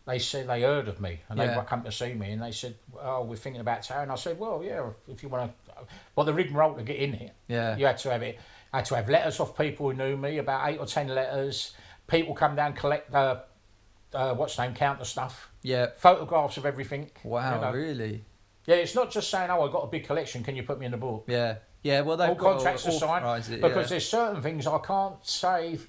S2: they said they heard of me and they
S1: Yeah.
S2: they come to see me and they said, "Oh, we're thinking about town." And I said, "Well, yeah, if you want to." Well, the rigmarole to get in here.
S1: Yeah,
S2: You had to have it. I had to have letters off people who knew me, about eight or ten letters. People come down, collect the, uh, what's name, count the stuff,
S1: yeah.
S2: photographs of everything. you
S1: Wow,
S2: know.
S1: really?
S2: Yeah, it's not just saying, "Oh, I've got a big collection. Can you put me in the book?"
S1: Yeah, yeah. Well, they've
S2: all
S1: got
S2: contracts
S1: to
S2: are
S1: authorise
S2: signed
S1: it,
S2: because
S1: yeah.
S2: there's certain things I can't save.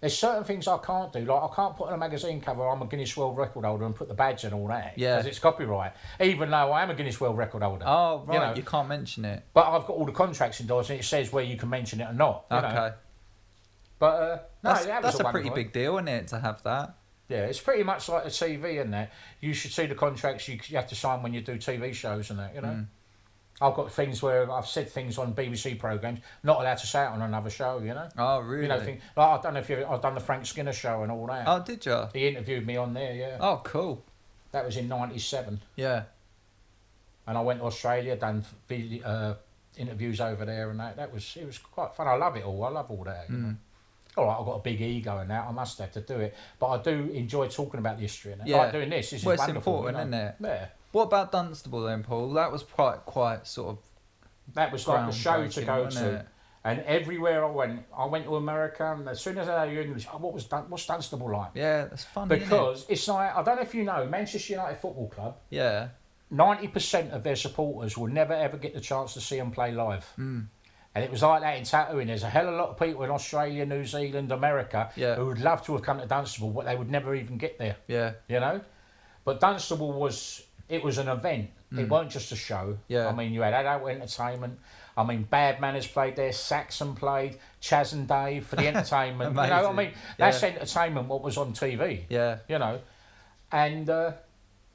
S2: There's certain things I can't do, like I can't put on a magazine cover. I'm a Guinness World Record holder and put the badge and all that
S1: Yeah.
S2: because it's copyright. Even though I am a Guinness World Record holder,
S1: Oh,
S2: you
S1: right. You,
S2: know.
S1: can't mention it.
S2: but I've got all the contracts endorsed and it says where you can mention it or not. you know.
S1: Okay.
S2: But uh, no,
S1: that's
S2: that was
S1: that's a, pretty
S2: wonderful-
S1: big deal, isn't it, to have that?
S2: Yeah, it's pretty much like the TV and that. You should see the contracts you, you have to sign when you do TV shows and that. You know,
S1: Mm.
S2: I've got things where I've said things on BBC programs, not allowed to say it on another show. You know.
S1: Oh, really?
S2: You know, think, like, I don't know if you, I've done the Frank Skinner show and all that.
S1: oh, did you?
S2: He interviewed me on there, yeah.
S1: Oh, cool.
S2: That was in '97,
S1: Yeah.
S2: and I went to Australia, done video, uh, interviews over there, and that. That was it was quite fun. I love it all. I love all that. you
S1: Mm.
S2: know. All right, I've got a big ego and that. I must have to do it, but I do enjoy talking about the history and that.
S1: Yeah.
S2: Like doing this, this
S1: Well,
S2: is
S1: it's
S2: wonderful.
S1: important,
S2: you know.
S1: isn't it?
S2: Yeah.
S1: What about Dunstable then, Paul? That was quite, quite sort of.
S2: That was like the show to
S1: Groundbreaking,
S2: go
S1: wasn't
S2: to.
S1: it?
S2: And everywhere I went, I went to America, and as soon as I knew English, oh, what was Dun- what's Dunstable like?
S1: Yeah, that's funny. innit?
S2: Because it's like I don't know if you know Manchester United Football Club.
S1: Yeah.
S2: ninety percent of their supporters will never ever get the chance to see them play live.
S1: Hmm.
S2: And it was like that in tattooing. There's a hell of a lot of people in Australia, New Zealand, America
S1: Yeah.
S2: who would love to have come to Dunstable, but they would never even get there.
S1: Yeah.
S2: You know, but Dunstable was it was an event. It weren't just a show.
S1: Hmm. Yeah.
S2: I mean, you had adult entertainment. I mean, Bad Manners played there. Saxon played. Chaz and Dave for the entertainment. you know, I
S1: Amazing.
S2: mean, that's entertainment. What was on TV
S1: Yeah.
S2: you know, and uh,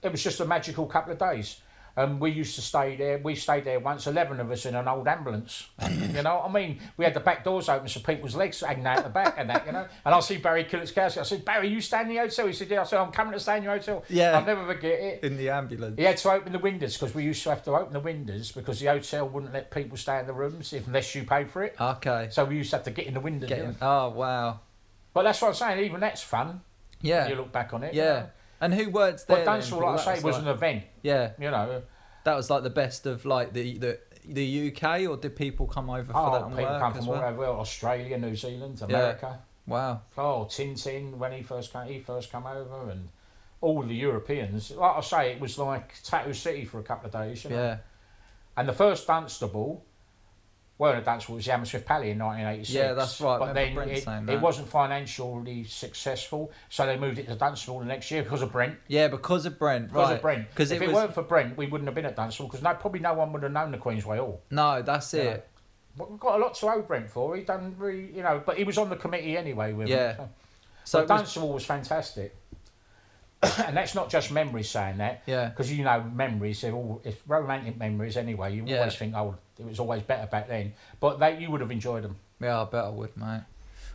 S2: it was just a magical couple of days. And we used to stay there. We stayed there once, eleven of us in an old ambulance. you know, what I mean, we had the back doors open so people's legs hanging out the back and that. You know, and I see Barry Killick's casket. I said, Barry, you stay in the hotel. He said, Yeah. I said, I'm coming to stay in your hotel.
S1: Yeah.
S2: I'll never forget it.
S1: In the ambulance.
S2: He had to open the windows because we used to have to open the windows because the hotel wouldn't let people stay in the rooms if, unless you paid for it.
S1: Okay.
S2: So we used to have to get in the window.
S1: Getting. Oh, wow.
S2: But that's what I'm saying. Even that's fun.
S1: Yeah.
S2: You look back on it. you
S1: yeah.
S2: know.
S1: And who works there?
S2: But
S1: then,
S2: Dunstable,
S1: Paul?
S2: like
S1: That
S2: I say, was an event.
S1: Yeah.
S2: You know,
S1: That was like the best of like the the, the UK, or did people come over for that
S2: oh,
S1: and
S2: people
S1: work
S2: come
S1: as
S2: from all
S1: well?
S2: over Australia, New Zealand, America.
S1: Wow.
S2: Oh, Tintin when he first came, he first come over, and all the Europeans. Like I say, it was like Tattoo City for a couple of days. You know?
S1: Yeah.
S2: And the first Dunstable, weren't a Dunstable, it was the Hammersmith Pally in 1986.
S1: Yeah, that's right. I
S2: But
S1: remember
S2: then
S1: Brent
S2: it,
S1: saying
S2: it
S1: that.
S2: wasn't financially successful, so they moved it to Dunstable the next year because of Brent.
S1: Yeah, because of Brent.
S2: Because
S1: right.
S2: of Brent.
S1: Because
S2: if
S1: it
S2: it,
S1: was
S2: weren't for Brent, we wouldn't have been at Dunstable because no, probably no one would have known the Queensway Hall.
S1: no, that's it.
S2: But we've got a lot to owe Brent for. He done really, you know, but he was on the committee anyway with
S1: Yeah.
S2: him.
S1: So
S2: So
S1: it was
S2: Dunstable was fantastic. and that's not just memory saying that.
S1: Yeah.
S2: Because you know, memories are all it's romantic memories anyway. You
S1: Yeah.
S2: always think, oh, it was always better back then. But they, you would have enjoyed them.
S1: Yeah, I bet I would, mate.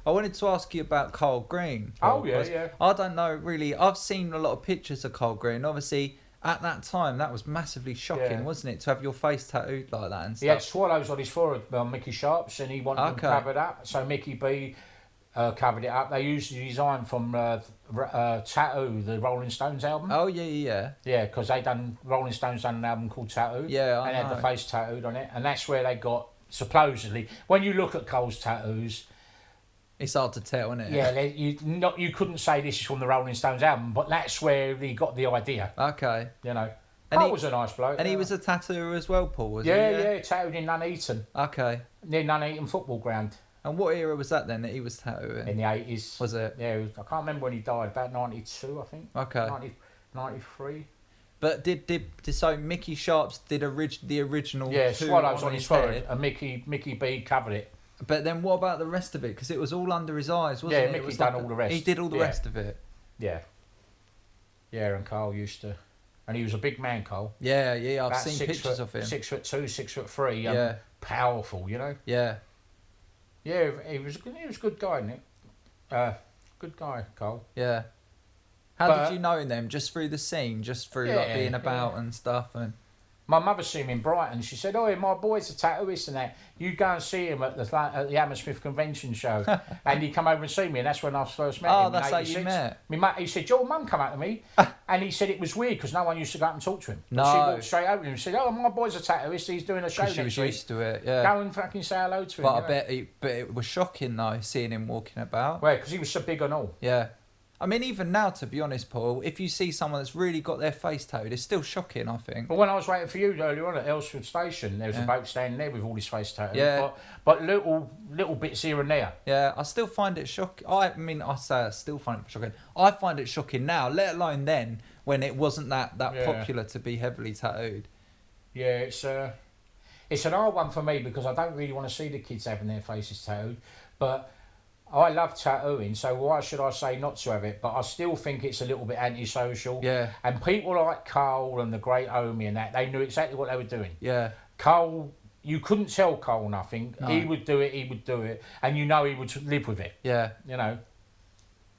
S1: I wanted to ask you about Carl Green.
S2: Oh,
S1: Paul,
S2: yeah,
S1: 'cause
S2: yeah.
S1: I don't know really. I've seen a lot of pictures of Carl Green. Obviously, at that time, that was massively shocking,
S2: Yeah.
S1: wasn't it, to have your face tattooed like that and
S2: He had
S1: stuff?
S2: swallows on his forehead, uh, Mickey Sharps, and he wanted them
S1: Okay.
S2: covered up. So Mickey B uh, covered it up. They used the design from uh, R- uh, Tattoo, the Rolling Stones album.
S1: Oh yeah, yeah, yeah.
S2: Yeah, because they done Rolling Stones done an album called Tattoo.
S1: Yeah, I
S2: and had the
S1: know.
S2: face tattooed on it, and that's where they got supposedly. When you look at Cole's tattoos,
S1: It's hard to tell, isn't it?
S2: yeah, they, you not you couldn't say this is from the Rolling Stones album, but that's where he got the idea.
S1: Okay.
S2: You know,
S1: And
S2: Cole
S1: he-
S2: was a nice bloke,
S1: And he
S2: yeah.
S1: was a tattooer as well, Paul. Was
S2: yeah,
S1: he?
S2: yeah, tattooed in Nuneaton,
S1: Okay.
S2: near Nuneaton football ground
S1: And what era was that then that he was tattooing?
S2: in the eighties.
S1: Was it?
S2: Yeah, I can't remember when he died. About ninety-two, I think.
S1: Okay.
S2: 90, 93.
S1: But did, did did so Mickey Sharps did orig- the original
S2: Yeah,
S1: two
S2: swallows on his forehead,
S1: head,
S2: and Mickey Mickey B covered it.
S1: But then what about the rest of it? Because it was all under his eyes, wasn't
S2: Yeah,
S1: it? It
S2: Mickey
S1: was
S2: done
S1: like
S2: all the
S1: a-
S2: rest.
S1: He did all the
S2: Yeah.
S1: rest of it.
S2: Yeah. Yeah, and Carl used to, and he was a big man, Carl.
S1: Yeah, yeah, I've
S2: About
S1: seen
S2: six
S1: pictures
S2: foot,
S1: of him.
S2: Six foot two, six foot three. Um,
S1: Yeah.
S2: Powerful, you know.
S1: Yeah,
S2: Yeah, he was. He was a good guy, Nick. Uh, good guy, Carl.
S1: yeah. How
S2: But-
S1: did you know them? Just through the scene, just through like
S2: Yeah,
S1: being about and stuff, and
S2: My mother seen him in Brighton. She said, "Oh, yeah, my boy's a tattooist and that. You go and see him at the at the Hammersmith Convention show, and he come over and see me. And that's when I first met
S1: Oh,
S2: him. in
S1: that's how you
S2: 86.
S1: met.
S2: Me mate, he said, "Your mum come out to me," and he said it was weird because no one used to go up and talk to him. But she
S1: No.
S2: walked straight over to him and said, "Oh, my boy's a tattooist. He's doing a show
S1: 'cause
S2: next
S1: she was
S2: week.
S1: used to it. Yeah,
S2: Go and fucking say hello to him."
S1: but
S2: yeah.
S1: I bet he, but it was shocking though seeing him walking about.
S2: Well, because he was so big and all.
S1: Yeah, I mean even now to be honest, Paul, if you see someone that's really got their face tattooed, it's still shocking. I think.
S2: But when I was waiting for you earlier on at Elsford Station, there was
S1: Yeah.
S2: a boat standing there with all his face tattoos.
S1: Yeah.
S2: But, but little little bits here and there.
S1: Yeah, I still find it shocking. I mean, I say I still find it shocking. I find it shocking now, let alone then when it wasn't that that
S2: Yeah.
S1: popular to be heavily tattooed.
S2: Yeah, it's uh, it's an hard one for me because I don't really want to see the kids having their faces tattooed. But I love tattooing, so why should I say not to have it? But I still think it's a little bit antisocial.
S1: Yeah.
S2: And people like Cole and the Great Omi and that, they knew exactly what they were doing.
S1: Yeah,
S2: Cole, you couldn't tell Cole nothing.
S1: No.
S2: He would do it, he would do it, and you know he would live with it.
S1: yeah,
S2: you know,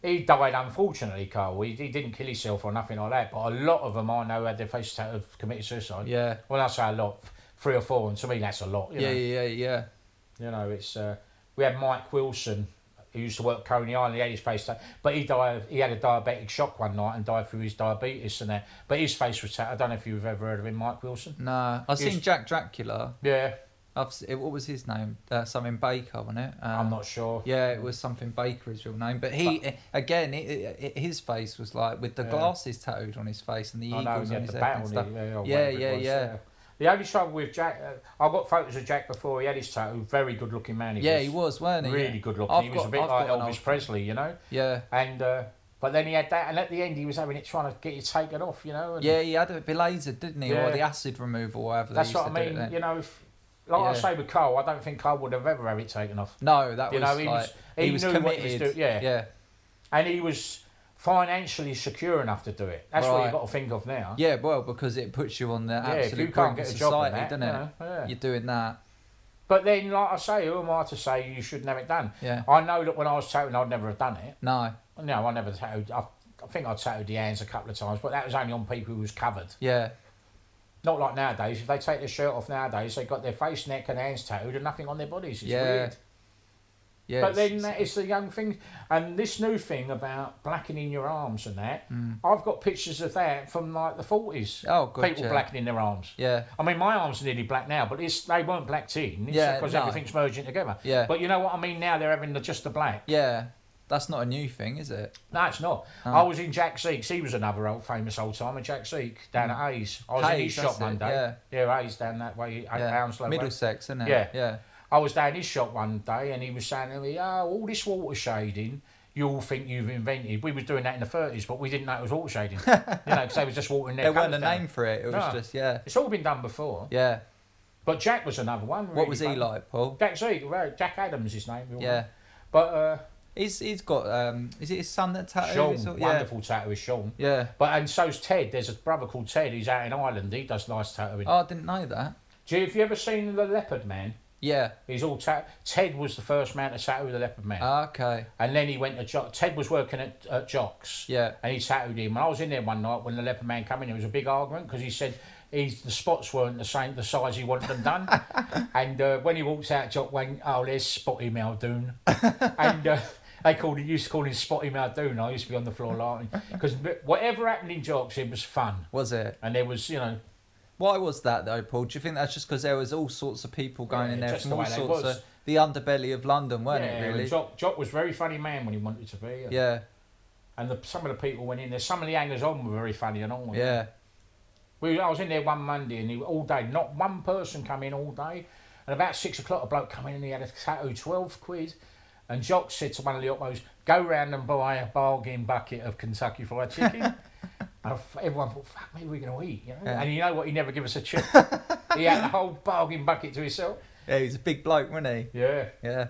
S2: he died unfortunately, Carl. He, he didn't kill himself or nothing like that. But a lot of them I know had their face tattooed have committed suicide.
S1: yeah,
S2: Well, I say a lot, three or four, and to me that's a lot. You
S1: yeah, yeah,
S2: know,
S1: yeah, yeah.
S2: you know, it's uh, we had Mike Wilson who used to work at Coney Island. He had his face tattooed, but he died. He had a diabetic shock one night and died through his diabetes and that. But his face was tattooed. I don't know if you've ever heard of him, Mike Wilson.
S1: Nah, I've seen
S2: Yes.
S1: Jack Dracula.
S2: Yeah,
S1: I've s- it, what was his name? Uh, something Baker, wasn't it? Um,
S2: I'm not sure.
S1: Yeah, it was something Baker, his real name. But he, eh, again, it, it, it- his face was like with the
S2: Yeah.
S1: glasses tattooed on his face and the
S2: I know,
S1: eagles
S2: he
S1: on
S2: had
S1: his
S2: the
S1: head and
S2: battle,
S1: stuff.
S2: didn't he? or
S1: Yeah,
S2: whatever it
S1: yeah,
S2: was,
S1: yeah.
S2: The only trouble with Jack, uh, I got photos of Jack before he had his tattoo. Very good looking man. He
S1: Yeah,
S2: was.
S1: he was, weren't he?
S2: really good looking.
S1: I've
S2: he was
S1: got-
S2: a bit
S1: I've
S2: like
S1: got an
S2: Elvis
S1: old-
S2: Presley, you know.
S1: Yeah.
S2: And uh, but then he had that, and at the end he was having it trying to get it taken off, you know. And
S1: Yeah, he had it belasered, didn't he? Or
S2: Yeah.
S1: the acid removal, or however
S2: that's
S1: they used to
S2: what
S1: do
S2: I
S1: it
S2: mean.
S1: then.
S2: You know, if, like I
S1: Yeah.
S2: say with Cole, I don't think Cole would have ever had it taken off.
S1: No, that
S2: You
S1: was
S2: know, he
S1: like
S2: was
S1: he was
S2: knew what he was
S1: committed.
S2: doing. Yeah.
S1: yeah,
S2: and he was financially secure enough to do it. That's what
S1: Right.
S2: you got to think of now.
S1: yeah. Well, because it puts you on the
S2: Yeah, if you
S1: absolute
S2: can't
S1: brink of
S2: get a job, in
S1: society,
S2: that,
S1: doesn't
S2: you
S1: it?
S2: know, yeah.
S1: You're doing that.
S2: But then, like I say, who am I to say you shouldn't have it done?
S1: Yeah.
S2: I know that when I was tattooing, I'd never have done it.
S1: No.
S2: No, I never tattooed. I, I think I tattooed the hands a couple of times, but that was only on people who was covered.
S1: Yeah.
S2: Not like nowadays. If they take their shirt off nowadays, they've got their face, neck, and hands tattooed and nothing on their bodies. It's
S1: Yeah.
S2: weird.
S1: Yeah.
S2: but
S1: it's-
S2: then that is the young thing. And this new thing about blackening your arms and that, I've got pictures of that from like the 40s.
S1: Hmm. Oh, good,
S2: People
S1: yeah.
S2: blackening their arms.
S1: Yeah.
S2: I mean, my arms are nearly black now, but it's they weren't blacked in. It's
S1: Yeah,
S2: because
S1: no.
S2: everything's merging together.
S1: Yeah.
S2: But you know what I mean now? They're having the, just the black.
S1: Yeah. That's not a new thing, is it?
S2: No, it's not. I was in Jack Zeke's. He was another old famous old timer, Jack Zeke, down at Hayes. I was in his
S1: Hmm. Hayes, that's
S2: shop one
S1: it,
S2: day. Yeah. Hayes down that way, yeah.
S1: Yeah.
S2: Hounslow. way.
S1: Middlesex, isn't it?
S2: Yeah.
S1: Yeah.
S2: I was down his shop one day and he was saying to me, Oh, all this water shading you all think you've invented. We was doing that in the thirties, but we didn't know it was water shading. you know, because they was just watering their
S1: There wasn't a
S2: colours down.
S1: name for it. It was
S2: No.
S1: just yeah.
S2: It's all been done before.
S1: Yeah.
S2: But Jack was another one.
S1: What was he
S2: like?
S1: like, Paul?
S2: Jack Zeke, right, Jack Adams, his name. we all
S1: Yeah.
S2: know. But uh,
S1: He's he's got um. Is it his son that
S2: Sean,
S1: tattoos? or- yeah.
S2: wonderful tattooist Sean.
S1: Yeah.
S2: But and so's Ted. There's a brother called Ted. He's out in Ireland. He does nice tattooing.
S1: Oh, I didn't know that.
S2: Do you, have you ever seen the Leopard Man?
S1: Yeah.
S2: He's all tat. Ted was the first man to tattoo the Leopard Man,
S1: Okay.
S2: and then he went to Jock. Ted was working at, at Jocks.
S1: Yeah.
S2: And he tattooed him. And I was in there one night when the leopard man came in. It was a big argument because he said he's, the spots weren't the same, the size he wanted them done. and uh, when he walks out, Jock went, "Oh, there's Spotty Maldoon," and uh, they called it. Used to call him Spotty Maldoon. I used to be on the floor laughing because whatever happened in Jocks, it was fun.
S1: Was it?
S2: And there was, you know,
S1: Why was that though, Paul? Do you think that's just because there was all sorts of people going
S2: Yeah,
S1: in there
S2: just
S1: from
S2: the
S1: all
S2: way they
S1: sorts
S2: was.
S1: of the underbelly of London,
S2: yeah,
S1: weren't it?
S2: and
S1: Really?
S2: Jock, Jock was a very funny man when he wanted to be.
S1: Yeah.
S2: And the, some of the people went in there. Some of the hangers on were very funny and all.
S1: Yeah.
S2: We, I was in there one Monday and he, all day, not one person come in all day. And about six o'clock, a bloke come in and he had a tattoo, 12 quid. And Jock said to one of the opmos, go round and buy a bargain bucket of Kentucky Fried Chicken. and f- everyone thought, fuck me, we're going to eat. You know?
S1: Yeah.
S2: And you know what? He never give us a chip. he had the whole bargain bucket to himself.
S1: Yeah. He's a big bloke, wasn't
S2: Yeah.
S1: he? Yeah.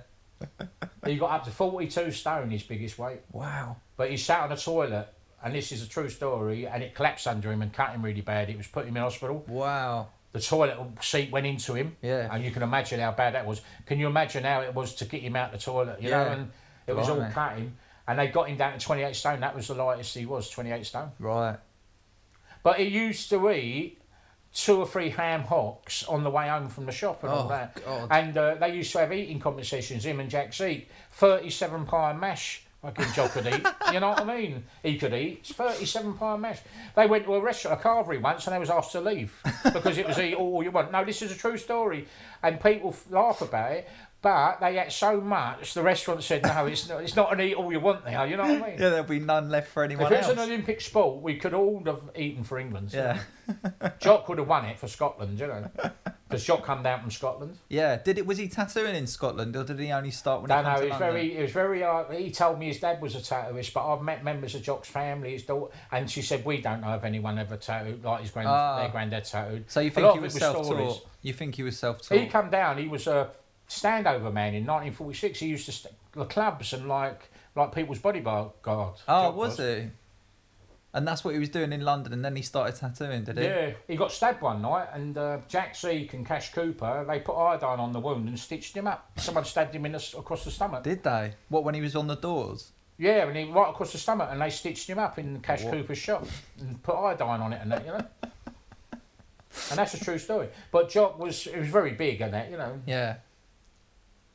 S2: He got up to 42 stone, his biggest weight.
S1: Wow.
S2: But he sat on the toilet, and this is a true story, and it collapsed under him and cut him really bad. It was put him in hospital.
S1: Wow.
S2: the toilet seat went into him.
S1: Yeah.
S2: And you can imagine how bad that was. Can you imagine how it was to get him out the toilet? You know,
S1: Yeah.
S2: and it was all
S1: Blimey.
S2: cut him. And they got him down to 28 stone. That was the lightest he was, 28 stone.
S1: Right.
S2: But he used to eat two or three ham hocks on the way home from the shop and all
S1: Oh,
S2: that.
S1: God.
S2: And uh, they used to have eating competitions, him and Jack Zeke. 37 pie mash. Fucking Jock could eat. You know what I mean? He could eat. 37 pie mash. They went to a restaurant, a carvery once, and they was asked to leave because it was eat all you want. No, this is a true story. And people f- laugh about it, but they ate so much, the restaurant said, no, it's not, it's not an eat all you want now. You know what I mean?
S1: Yeah. There'll be none left for
S2: If
S1: anyone
S2: it was
S1: else.
S2: an Olympic sport, we could all have eaten for England.
S1: Yeah.
S2: Jock would have won it for Scotland, you know, because Jock come down from Scotland.
S1: Yeah. Did it? Was he tattooing in Scotland, or did he only start when
S2: No,
S1: he came
S2: no,
S1: to
S2: it was
S1: London?
S2: very, it was very. Uh, he told me his dad was a tattooist, but I've met members of Jock's family, his daughter, and she said we don't know of anyone ever tattooed like his grand,
S1: Ah.
S2: their granddad tattooed.
S1: So you
S2: a
S1: think
S2: lot
S1: he
S2: of
S1: was
S2: it was stories.
S1: self-taught? You think he was
S2: He
S1: self-taught?
S2: come down. He was a standover man in 1946. He used to st- the clubs and like like people's bodyguard. Oh,
S1: Oh, was he? And that's what he was doing in London, and then he started tattooing, did he?
S2: Yeah, he got stabbed one night, and uh, Jack Zeke and Cash Cooper they put iodine on the wound and stitched him up. Someone stabbed him in the, s- across the stomach.
S1: Did they? What when he was on the doors?
S2: Yeah, and he right across the stomach, and they stitched him up in Cash
S1: What?
S2: Cooper's shop and put iodine on it, and that, you know. and that's a true story. But Jock was it was very big, and that you know.
S1: Yeah.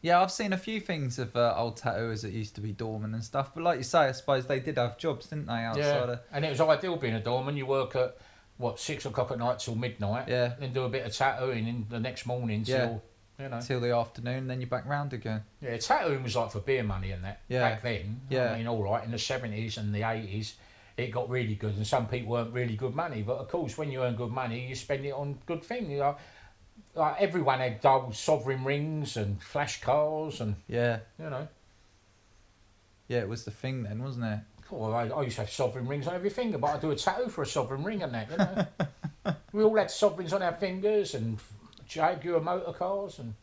S1: Yeah, I've seen a few things of uh, old tattooers that used to be doormen and stuff, but like you say, I suppose they did have jobs, didn't they? Outside
S2: Yeah,
S1: of
S2: and it was ideal being a doorman. You work at what six o'clock at night till midnight,
S1: Yeah.
S2: then do a bit of tattooing in the next morning
S1: Yeah.
S2: till you know.
S1: till the afternoon, then you're back round again.
S2: Yeah, tattooing was like for beer money and that
S1: Yeah.
S2: back then.
S1: Yeah.
S2: I mean, all right, in the seventies and the eighties, it got really good, and some people weren't really good money. But of course, when you earn good money, you spend it on good things. You know, like everyone had gold sovereign rings and flash cars, and
S1: Yeah.
S2: you know,
S1: Yeah, it was the thing then, wasn't it?
S2: cool, I, I used to have sovereign rings on every finger, but I do a tattoo for a sovereign ring and that. You know, we all had sovereigns on our fingers and Jaguar motor cars, and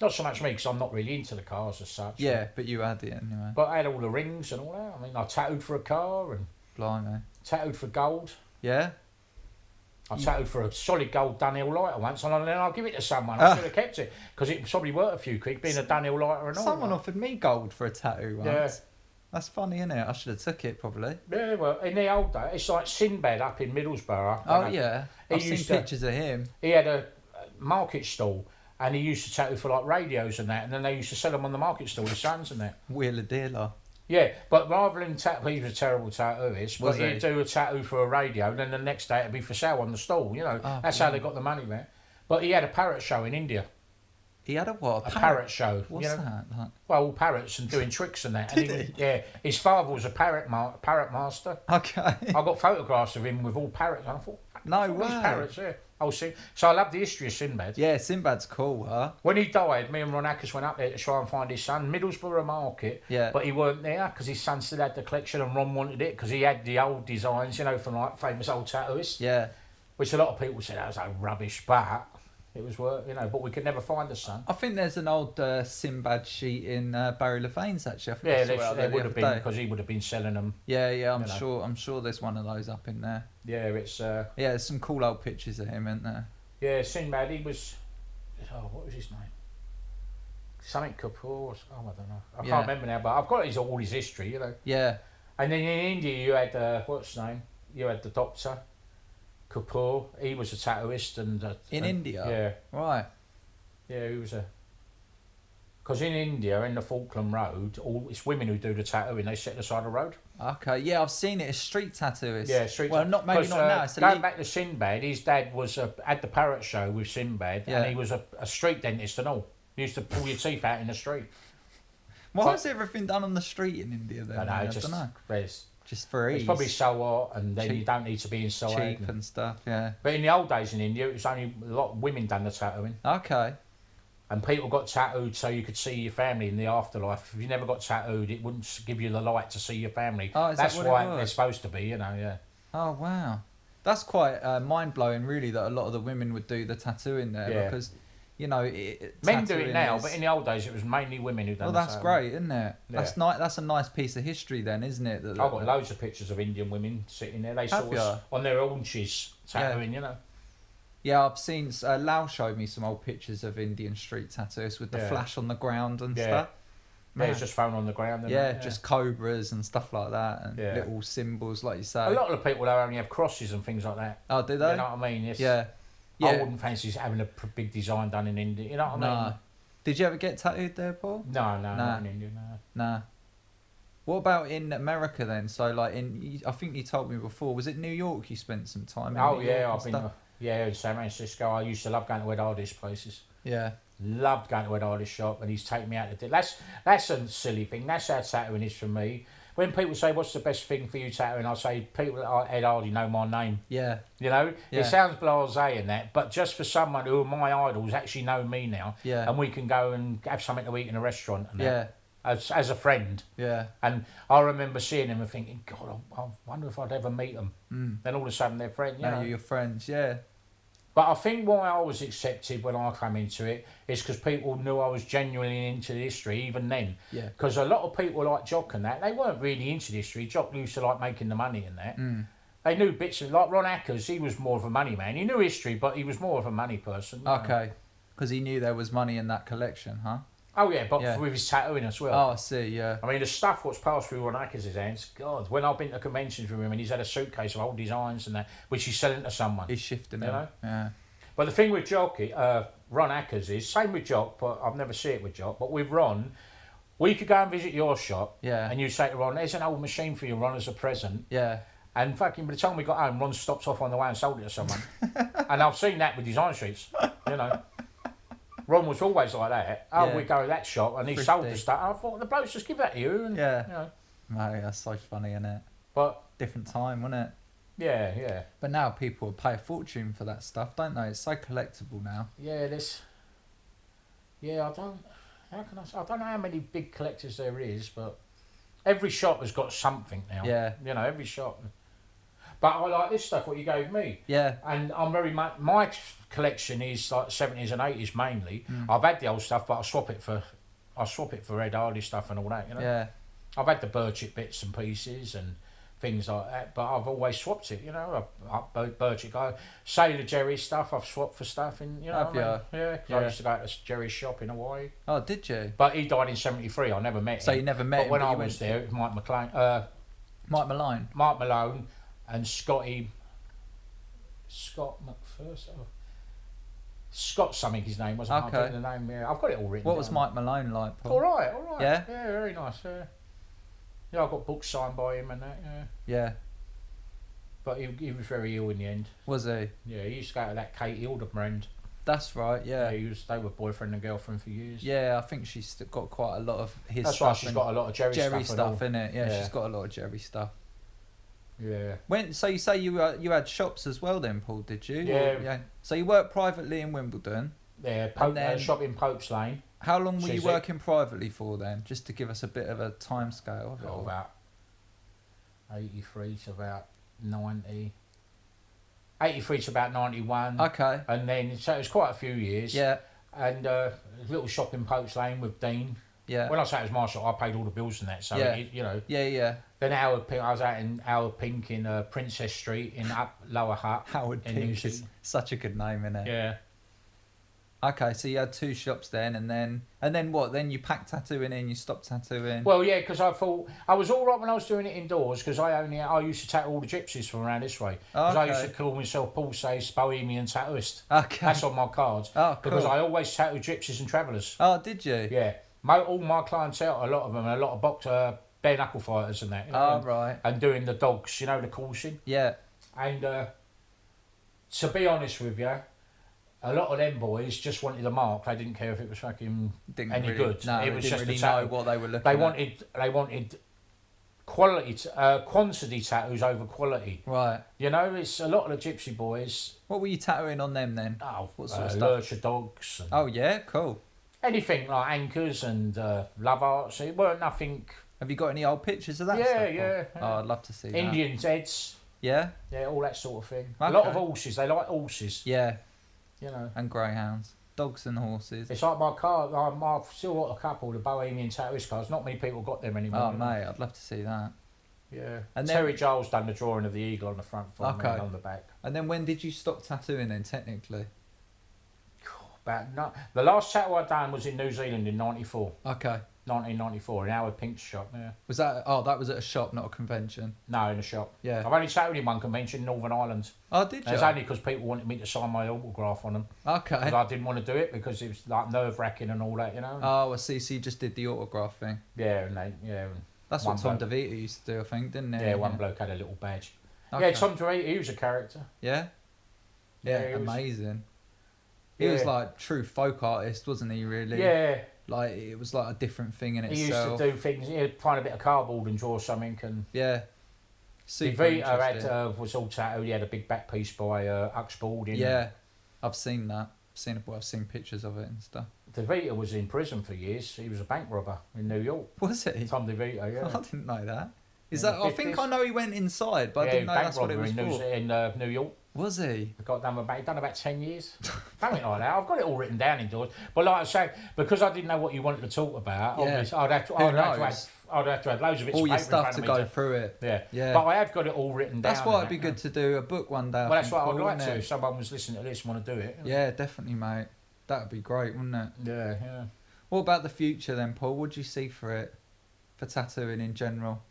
S2: not so much me because I'm not really into the cars as such.
S1: Yeah, but you had it anyway.
S2: But I had all the rings and all that. I mean, I tattooed for a car and
S1: Blimey.
S2: tattooed for gold.
S1: Yeah?
S2: I tattooed for a solid gold Dunhill lighter once, and then I'll give it to someone.
S1: Ah.
S2: I should have kept it because it was probably worth a few quid being a Dunhill lighter and all.
S1: Someone
S2: that.
S1: offered me gold for a tattoo once.
S2: Yeah.
S1: That's funny, innit? I should have took it probably.
S2: Yeah, well, in the old day, it's like Sinbad up in Middlesbrough. I
S1: Oh
S2: dunno.
S1: yeah.
S2: He
S1: I've seen
S2: used to-
S1: pictures of him.
S2: He had a a market stall, and he used to tattoo for like radios and that, and then they used to sell them on the market stall, his sons and that.
S1: Wheeler dealer.
S2: Yeah, but rather than tattoo, he was a terrible tattooist. But
S1: Was he?
S2: he'd do a tattoo for a radio, and then the next day it'd be for sale on the stall. You know,
S1: Oh,
S2: that's how they got the money, man. But he had a parrot show in India,
S1: He had a what?
S2: a parrot show.
S1: What's
S2: you know?
S1: that? Like,
S2: Well, all parrots and doing tricks and that. and he, Yeah, his father was a parrot ma- parrot master.
S1: okay.
S2: I got photographs of him with all parrots, and I thought, fuck,
S1: No
S2: all these
S1: way.
S2: parrots, yeah. Oh, see, so I love the history of Sinbad.
S1: yeah, Sinbad's cool, huh?
S2: When he died, me and Ron Ackers went up there to try and find his son, Middlesbrough Market.
S1: Yeah.
S2: But he weren't there because his son still had the collection and Ron wanted it because he had the old designs, you know, from like famous old tattooists,
S1: Yeah.
S2: which a lot of people said that was like rubbish, but It was work, you know, but we could never find the sun.
S1: I think there's an old uh, Sinbad sheet in uh, Barry Levain's actually. I think I
S2: Yeah,
S1: saw it
S2: there,
S1: out
S2: there
S1: the
S2: would
S1: other
S2: have been
S1: day.
S2: because he would have been selling them.
S1: Yeah, yeah, I'm
S2: you know.
S1: sure. I'm sure there's one of those up in there.
S2: Yeah, it's uh,
S1: Yeah, there's some cool old pictures of him, isn't there?
S2: yeah, Sinbad. He was, oh, what was his name? Something Kapoor. Or, s- oh, I don't know. I
S1: Yeah.
S2: can't remember now. But I've got his all his history, you know.
S1: Yeah,
S2: And then in India, you had uh, what's his name? You had the doctor, Kapoor. He was a tattooist and uh,
S1: in
S2: and-
S1: India.
S2: Yeah,
S1: Right.
S2: yeah, he was a. Because in India, in the Falkland Road, all it's women who do the tattooing. They sit on the side of the road.
S1: Okay. Yeah, I've seen it. It's street tattooist.
S2: Yeah, street.
S1: Well,
S2: tat-
S1: not maybe
S2: 'cause,
S1: not
S2: uh,
S1: now. It's a
S2: going
S1: le-
S2: back to Sinbad, his dad was a, at the parrot show with Sinbad,
S1: Yeah.
S2: and he was a, a street dentist and all. He used to pull your teeth out in the street.
S1: Why is everything done on the street in India then?
S2: I
S1: man?
S2: know, just
S1: don't know.
S2: there's,
S1: Just for ease.
S2: it's probably so hot, and then you
S1: Cheap.
S2: don't need to be in so hot.
S1: cheap and stuff. Yeah.
S2: But in the old days in India, it was only a lot of women done the tattooing,
S1: Okay.
S2: and people got tattooed so you could see your family in the afterlife. If you never got tattooed, it wouldn't s- give you the light to see your family.
S1: Oh, is that
S2: That's
S1: what it
S2: why
S1: was?
S2: they're supposed to be, you know. Yeah,
S1: Oh wow, that's quite uh, mind blowing. Really, that a lot of the women would do the tattooing there
S2: Yeah.
S1: because, you know, it, it-
S2: men do it
S1: tattooing
S2: now,
S1: is-
S2: but in the old days, it was mainly women who done.
S1: well,
S2: the
S1: that's
S2: tattooing.
S1: great, isn't it? That's ni- That's a nice piece of history, then, isn't it? That,
S2: I've got loads of pictures of Indian women sitting there. They
S1: Have
S2: saw us on their haunches
S1: Yeah.
S2: tattooing, you know.
S1: Yeah, I've seen. Uh, Lau showed me some old pictures of Indian street tattoos with the
S2: Yeah.
S1: flash on the ground and
S2: Yeah.
S1: stuff.
S2: Yeah,
S1: Man.
S2: it's just thrown on the ground. and
S1: yeah,
S2: that,
S1: just cobras and stuff like that, and
S2: Yeah.
S1: little symbols, like you say.
S2: a lot of the people they only have crosses and things like that.
S1: oh, do
S2: You
S1: they?
S2: know what I mean? It's,
S1: yeah, yeah.
S2: I wouldn't fancy having a pr- big design done in India. You know what I
S1: Nah. Did you ever get tattooed there, Paul?
S2: mean? No, no,
S1: Nah.
S2: not in India. No.
S1: Nah. What about in America then? So like in, you- I think you told me before. Was it New York you spent some time? in
S2: Oh
S1: New York
S2: yeah,
S1: and
S2: I've been.
S1: stuff?
S2: Yeah, in San Francisco, I used to love going to Ed Hardy's places.
S1: Yeah.
S2: Loved going to Ed Hardy's shop, and he's taken me out to dinner. That's that's a silly thing. That's how tattooing is for me. When people say, "What's the best thing for you tattooing?" I say, "People at Ed Hardy know my name."
S1: Yeah.
S2: You know,
S1: Yeah.
S2: it sounds blasé and that, but just for someone who are my idols actually know me now,
S1: Yeah.
S2: and we can go and have something to eat in a restaurant and that,
S1: Yeah.
S2: as, as a friend.
S1: Yeah.
S2: And I remember seeing him and thinking, God, I, I wonder if I'd ever meet them.
S1: Mm.
S2: Then all of a sudden they're friends. You
S1: Now
S2: know?
S1: you're your friends. Yeah.
S2: But I think why I was accepted when I came into it is because people knew I was genuinely into the history even then.
S1: Yeah.
S2: Because a lot of people like Jock and that, they weren't really into the history. Jock used to like making the money and that.
S1: Mm.
S2: They knew bits of like Ron Ackers. He was more of a money man. He knew history, but he was more of a money person. you know.
S1: Okay. Because he knew there was money in that collection, huh?
S2: Oh yeah, but
S1: Yeah.
S2: with his tattooing as well.
S1: Oh, I see. Yeah.
S2: I mean, the stuff what's passed through Ron Ackers' hands. God, when I've been to conventions with him and he's had a suitcase of old designs and that, which he's selling to someone.
S1: He's shifting
S2: You
S1: it.
S2: know?
S1: Yeah.
S2: But the thing with Jock, uh, Ron Ackers is same with Jock, but I've never seen it with Jock. But with Ron, we could go and visit your shop.
S1: Yeah.
S2: And you say to Ron, "There's an old machine for you, Ron, as a present."
S1: Yeah.
S2: And fucking by the time we got home, Ron stopped off on the way and sold it to someone. and I've seen that with design sheets, you know. Ron was always like that. Oh,
S1: Yeah.
S2: we go to that shop and he sold the
S1: Thrifty.
S2: stuff. I thought the blokes just give that to you. And,
S1: Yeah.
S2: You know.
S1: Mate, that's so funny, isn't it?
S2: But
S1: Different time, wasn't it?
S2: yeah, yeah,
S1: But now people would pay a fortune for that stuff, don't they? It's so collectible now.
S2: yeah. This. Yeah, I don't. How can I? Say? I don't know how many big collectors there is, but every shop has got something now.
S1: Yeah.
S2: You know, every shop. But I like this stuff. What you gave me.
S1: Yeah.
S2: and I'm very mu my collection is like seventies and eighties mainly. I've had the old stuff, but I swap it for I swap it for Ed Hardy stuff and all that. You know,
S1: Yeah.
S2: I've had the Burchett bits and pieces and things like that, but I've always swapped it. You know, I, I, Burchett guy, Sailor Jerry stuff. I've swapped for stuff, and you know,
S1: Have
S2: what I
S1: ya?
S2: mean? yeah, 'cause I
S1: Yeah.
S2: used to go to Jerry's shop in Hawaii,
S1: Oh, did you?
S2: but he died in seventy three. I never met
S1: So you
S2: him.
S1: never met
S2: But
S1: him,
S2: when
S1: but
S2: I
S1: you went
S2: was there, it was Mike McLean, uh,
S1: Mike Malone.
S2: Mark Malone and Scotty Scott McPherson. oh. Scott something his name wasn't.
S1: Okay.
S2: I have got the name. Yeah, I've got it all written.
S1: What was
S2: down.
S1: Mike Malone like, Paul?
S2: All right, all right.
S1: Yeah?
S2: yeah, very nice. Yeah, yeah. I got books signed by him and that. Yeah,
S1: Yeah,
S2: but he, he was very ill in the end.
S1: was he?
S2: Yeah, he used to go to that Kate Hildebrand.
S1: That's right.
S2: Yeah,
S1: Yeah, yeah.
S2: he was. They were boyfriend and girlfriend for years.
S1: I think she's st- got quite a lot of his
S2: that's why
S1: stuff.
S2: she's
S1: and
S2: got a lot of Jerry,
S1: Jerry
S2: stuff.
S1: stuff, in it. Yeah,
S2: Yeah.
S1: she's got a lot of Jerry stuff.
S2: and all. Yeah.
S1: When so you say you uh, you had shops as well then, Paul? Did you? Or-
S2: Yeah.
S1: yeah. So you worked privately in Wimbledon.
S2: Yeah, Pope, uh,
S1: then-
S2: shop in Pope's Lane.
S1: How long were you
S2: Chiswick.
S1: working privately for then? Just to give us a bit of a time scale of it.
S2: Oh,
S1: all.
S2: about 83 to about 90. 83 to about 91.
S1: Okay.
S2: And then, so it was quite a few years.
S1: Yeah.
S2: And uh, a little shop in Pope's Lane with Dean.
S1: Yeah.
S2: When I say it was my shop, I paid all the bills and that. So,
S1: Yeah.
S2: it, you know,
S1: yeah. Yeah.
S2: then Howard Pink, I was out in Howard Pink in uh, Princess Street in Up Lower Hutt.
S1: Howard
S2: in New
S1: Pink is
S2: Zealand.
S1: such a good name, isn't it?
S2: Yeah.
S1: Okay, so you had two shops then, and then and then what? Then you packed tattooing in, you stopped tattooing.
S2: Well, yeah, because I thought I was all right when I was doing it indoors because I only I used to tattoo all the gypsies from around this way. 'Cause I used
S1: Okay.
S2: to call myself Paul Says Bohemian Tattooist.
S1: okay.
S2: That's on my cards
S1: Oh,
S2: because
S1: cool.
S2: I always tattoo gypsies and travellers.
S1: oh, did you?
S2: Yeah, my, all my clientele, a lot of them, a lot of boxer bare knuckle fighters and that. you know,
S1: Oh,
S2: and,
S1: right.
S2: and doing the dogs, you know, the coursing.
S1: Yeah.
S2: And uh, to be honest with you, a lot of them boys just wanted a mark. They didn't care if it was fucking
S1: Didn't
S2: Any
S1: really,
S2: good.
S1: No,
S2: It
S1: they
S2: was
S1: didn't
S2: just a
S1: really know
S2: tattoo.
S1: what they were looking.
S2: They
S1: at.
S2: wanted they wanted quality t- uh, quantity tattoos over quality.
S1: Right.
S2: You know, it's a lot of the gypsy boys.
S1: What were you tattooing on them then?
S2: Oh,
S1: What sort
S2: uh,
S1: of stuff?
S2: lurcher dogs and
S1: Oh yeah, cool.
S2: anything like anchors and uh, love arts. It weren't nothing
S1: Have you got any old pictures of that?
S2: Yeah,
S1: stuff, Paul?
S2: yeah, yeah.
S1: Oh, I'd love to see that.
S2: Indians heads.
S1: Yeah,
S2: Yeah, all that sort of thing. A lot of
S1: Okay.
S2: horses. They like horses.
S1: yeah,
S2: You know,
S1: and greyhounds, dogs and horses.
S2: it's like my car. Like my I've still got a couple of the Bohemian tattooist cars. Not many people got them anymore.
S1: Oh mate, I'd love to see that.
S2: Yeah.
S1: And
S2: And
S1: then-
S2: Terry Giles done the drawing of the eagle on the front for me
S1: Okay.
S2: and on the back.
S1: And then when did you stop tattooing then? Technically.
S2: About no, the last tattoo I done was in New Zealand in '94.
S1: Okay.
S2: 1994 in Howard Pink's shop. Yeah.
S1: Was that? Oh, that was at a shop, not a convention.
S2: No, in a shop.
S1: Yeah.
S2: I've only tattooed in one convention, Northern Ireland.
S1: Oh, did
S2: And it's
S1: you?
S2: only because people wanted me to sign my autograph on them.
S1: Okay.
S2: Because I didn't want to do it because it was like nerve wracking and all that, you know.
S1: Oh, I see. So you just did the autograph thing.
S2: yeah, and they, yeah, and-
S1: That's what Tom
S2: One
S1: DeVito used to do, I think, didn't he?
S2: yeah, One bloke had a little badge. Yeah,
S1: Okay.
S2: Tom Drake, he was a character.
S1: Yeah. Yeah,
S2: Yeah, he was-
S1: amazing. He was
S2: Yeah.
S1: like true folk artist, wasn't he? Really.
S2: Yeah,
S1: Like it was like a different thing in
S2: he used
S1: itself.
S2: to do things. He'd find a bit of cardboard and draw something. And
S1: Yeah. Super
S2: DeVito had
S1: interesting.
S2: uh, was all tattooed. He had a big back piece by uh, Ux Baldwin.
S1: yeah, I've seen that. I've seen well, I've seen pictures of it and stuff.
S2: DeVito was in prison for years. He was a bank robber in New York.
S1: Was it?
S2: Tom DeVito, yeah.
S1: I didn't know that. Is
S2: Yeah,
S1: that? I think I
S2: 50s.
S1: know he went inside, but I
S2: yeah,
S1: didn't know
S2: bank
S1: that's what it
S2: robbery
S1: was
S2: in New,
S1: for.
S2: in uh, New York.
S1: Was he?
S2: I got done with about done about ten years, something like that. I've got it all written down indoors. But like I say, because I didn't know what you wanted to talk about,
S1: Yeah.
S2: obviously, I'd have to,
S1: Who
S2: I'd have
S1: knows?
S2: to, have, I'd have to have loads of it.
S1: All your stuff to go
S2: To,
S1: through it.
S2: yeah,
S1: Yeah.
S2: But I have got it all written down.
S1: That's why
S2: and
S1: it'd be good
S2: that,
S1: to do a book one day. I
S2: Well, that's
S1: think,
S2: what I'd
S1: Paul,
S2: like
S1: wouldn't
S2: to.
S1: it?
S2: If someone was listening to this and want to do it.
S1: Yeah, definitely, mate. That'd be great, wouldn't it?
S2: Yeah, yeah.
S1: What about the future then, Paul? What do you see for it, for tattooing in general?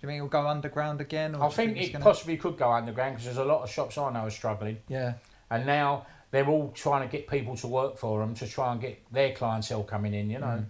S1: Do you think it'll go underground again? Or
S2: I
S1: do you
S2: think
S1: it's
S2: it
S1: gonna-
S2: possibly could go underground because there's a lot of shops I know are struggling,
S1: Yeah,
S2: and now they're all trying to get people to work for them to try and get their clientele coming in. You
S1: Mm.
S2: know,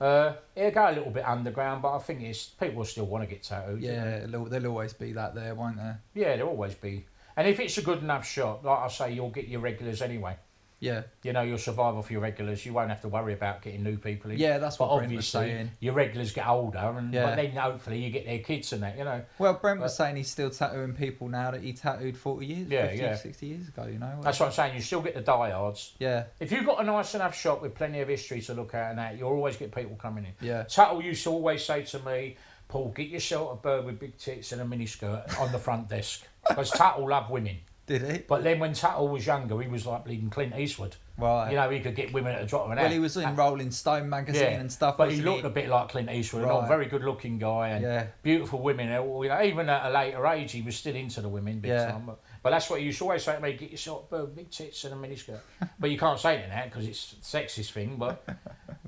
S2: uh, it'll go a little bit underground, but I think it's people still want to get tattooed. you know.
S1: yeah. There'll, there'll always be that there, won't there?
S2: Yeah, there'll always be. And if it's a good enough shot, like I say, you'll get your regulars anyway.
S1: Yeah,
S2: You know, you'll survive off your regulars. You won't have to worry about getting new people in.
S1: yeah. That's
S2: but
S1: what Brent was
S2: obviously
S1: saying.
S2: your regulars get older, and
S1: Yeah.
S2: but then hopefully you get their kids and that. You know,
S1: Well, Brent was saying he's still tattooing people now that he tattooed forty years,
S2: Yeah,
S1: 50,
S2: yeah.
S1: 60 years ago. You know.
S2: that's what I'm saying. You still get the diehards.
S1: yeah,
S2: If you've got a nice enough shop with plenty of history to look at and that, you'll always get people coming in.
S1: yeah.
S2: Tuttle used to always say to me, "Paul, get yourself a bird with big tits and a miniskirt on the front desk," because Tuttle loved women.
S1: Did he?
S2: But then when Tuttle was younger, he was like bleeding Clint Eastwood.
S1: Right.
S2: You know, he could get women at a drop of an
S1: well,
S2: hat.
S1: he was in Rolling Stone magazine
S2: yeah,
S1: and stuff.
S2: but he
S1: wasn't
S2: looked a bit like Clint Eastwood, a
S1: Right.
S2: not very good-looking guy, and
S1: Yeah.
S2: beautiful women. and all, You know, even at a later age, he was still into the women big
S1: Yeah.
S2: time. But, but that's what he used to always say to me: "Get yourself uh, big tits and a miniskirt." but you can't say it now because it's a sexist thing. But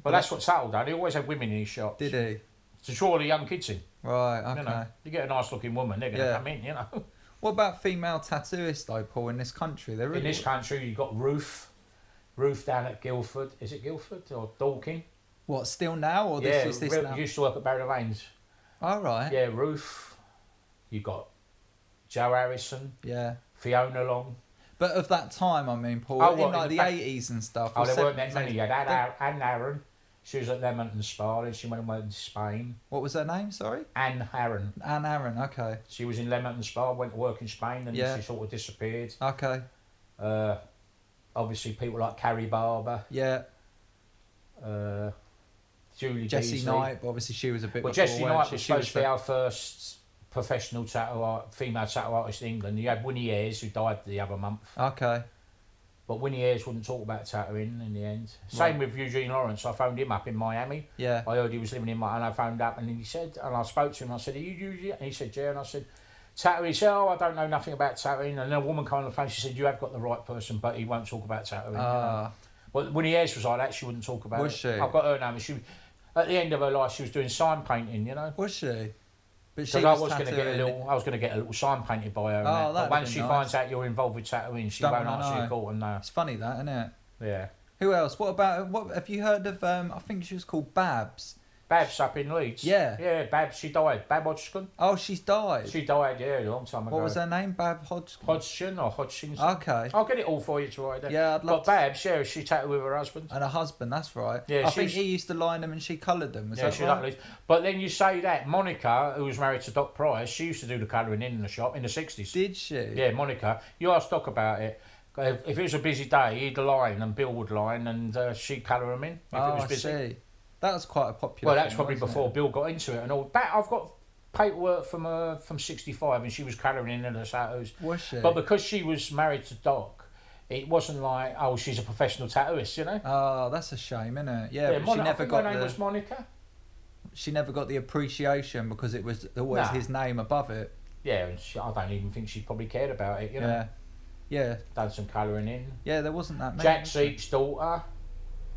S2: but that's what Tuttle done. He always had women in his shop
S1: Did he?
S2: to draw the young kids in.
S1: Right. Okay.
S2: You know, you get a nice-looking woman, they're going to
S1: Yeah.
S2: come in. You know,
S1: What about female tattooists though, Paul? In this country, they're really
S2: in this country, you've got Ruth, Ruth down at Guildford. Is it Guildford or Dorking?
S1: what still now or
S2: yeah,
S1: Oh, this is this
S2: Ruth
S1: now?
S2: used to work at Barry Rains.
S1: All right.
S2: Yeah, Ruth. You got Joe Harrison,
S1: yeah.
S2: Fiona Long.
S1: But of that time, I mean, Paul,
S2: Oh,
S1: in
S2: what, in
S1: like the
S2: the back-
S1: eighties and stuff.
S2: Oh,
S1: or
S2: there weren't that
S1: 70s,
S2: many. You had Anne, Anne Aaron. She was at Leamington Spa, and she went and worked in Spain.
S1: What was her name? Sorry,
S2: Anne Aaron.
S1: Anne Aaron. Okay,
S2: She was in Leamington Spa, went to work in Spain, and
S1: Yeah.
S2: she sort of disappeared.
S1: okay,
S2: Uh, obviously, people like Carrie Barber,
S1: yeah.
S2: uh, Julie
S1: Jessie
S2: Beasley.
S1: Knight, but obviously she was a bit.
S2: Well,
S1: before,
S2: Jessie
S1: weren't
S2: Knight
S1: she?
S2: was
S1: She
S2: supposed to be
S1: the-
S2: our first professional tattoo art, female tattoo artist in England. You had Winnie Ayres, who died the other month,
S1: Okay.
S2: but Winnie Ayres wouldn't talk about tattooing in the end. Same with Eugene Lawrence. I phoned him up in Miami.
S1: Yeah.
S2: I heard he was living in my, and I phoned up and he said, and I spoke to him. I said, "Are you Eugene?" And he said, "Yeah." And I said, "Tattooing?" He said, "Oh, I don't know nothing about tattooing." And then a woman came on the phone. She said, "You have got the right person, but he won't talk about tattooing."
S1: Ah.
S2: Well, Winnie Ayres was like that. She wouldn't talk about
S1: Was
S2: it.
S1: she?
S2: I've got her name. and She, at the end of her life, she was doing sign painting. You know.
S1: was she? But
S2: Because I was going to
S1: tattooing
S2: get a little, I was going to get a little sign painted by her. and
S1: Oh,
S2: that.
S1: that'd
S2: But once
S1: be
S2: she
S1: nice.
S2: finds out you're involved with tattooing, she
S1: Don't
S2: won't
S1: wanna
S2: answer
S1: know.
S2: your call and no.
S1: It's funny that, isn't it?
S2: Yeah,
S1: Who else? What about what? Have you heard of? Um, I think she was called Babs.
S2: Babs up in Leeds.
S1: Yeah.
S2: yeah, Babs. She died. Bab Hodgson.
S1: Oh, she's died.
S2: She died. Yeah, a long time ago.
S1: what was her name? Bab Hodgson.
S2: Hodgson or Oh Hodgson? Oh,
S1: Okay.
S2: I'll get it all for you to write down.
S1: Yeah, I'd love
S2: But Babs, yeah, she tattooed with her husband.
S1: And her husband. That's right.
S2: Yeah,
S1: I think
S2: she's-
S1: he used to line them and she coloured them. Was
S2: yeah,
S1: that
S2: she
S1: right?
S2: lovely. But then you say that Monica, who was married to Doc Price, she used to do the colouring in the shop in the sixties.
S1: Did she?
S2: Yeah, Monica. You asked Doc about it. If if it was a busy day, he'd line and Bill would line and uh, she'd colour him in if
S1: Oh,
S2: it was
S1: I
S2: busy.
S1: see. That was quite a popular.
S2: Well, that's
S1: thing,
S2: probably
S1: wasn't
S2: before
S1: it?
S2: Bill got into it and all. That I've got paperwork from uh, from '65, and she was colouring in the tattoos.
S1: Was she?
S2: But because she was married to Doc, it wasn't like oh she's a professional tattooist, you know.
S1: Oh, that's a shame, isn't it? Yeah, but
S2: Mon-
S1: she
S2: I
S1: never
S2: think
S1: got
S2: her name
S1: the
S2: was Monica.
S1: she never got the appreciation because it was always
S2: Nah.
S1: his name above it.
S2: Yeah, and she, I don't even think she probably cared about it. You know,
S1: yeah, yeah,
S2: done some colouring in.
S1: yeah. There wasn't that many.
S2: Jack
S1: was there?
S2: Zeke's daughter.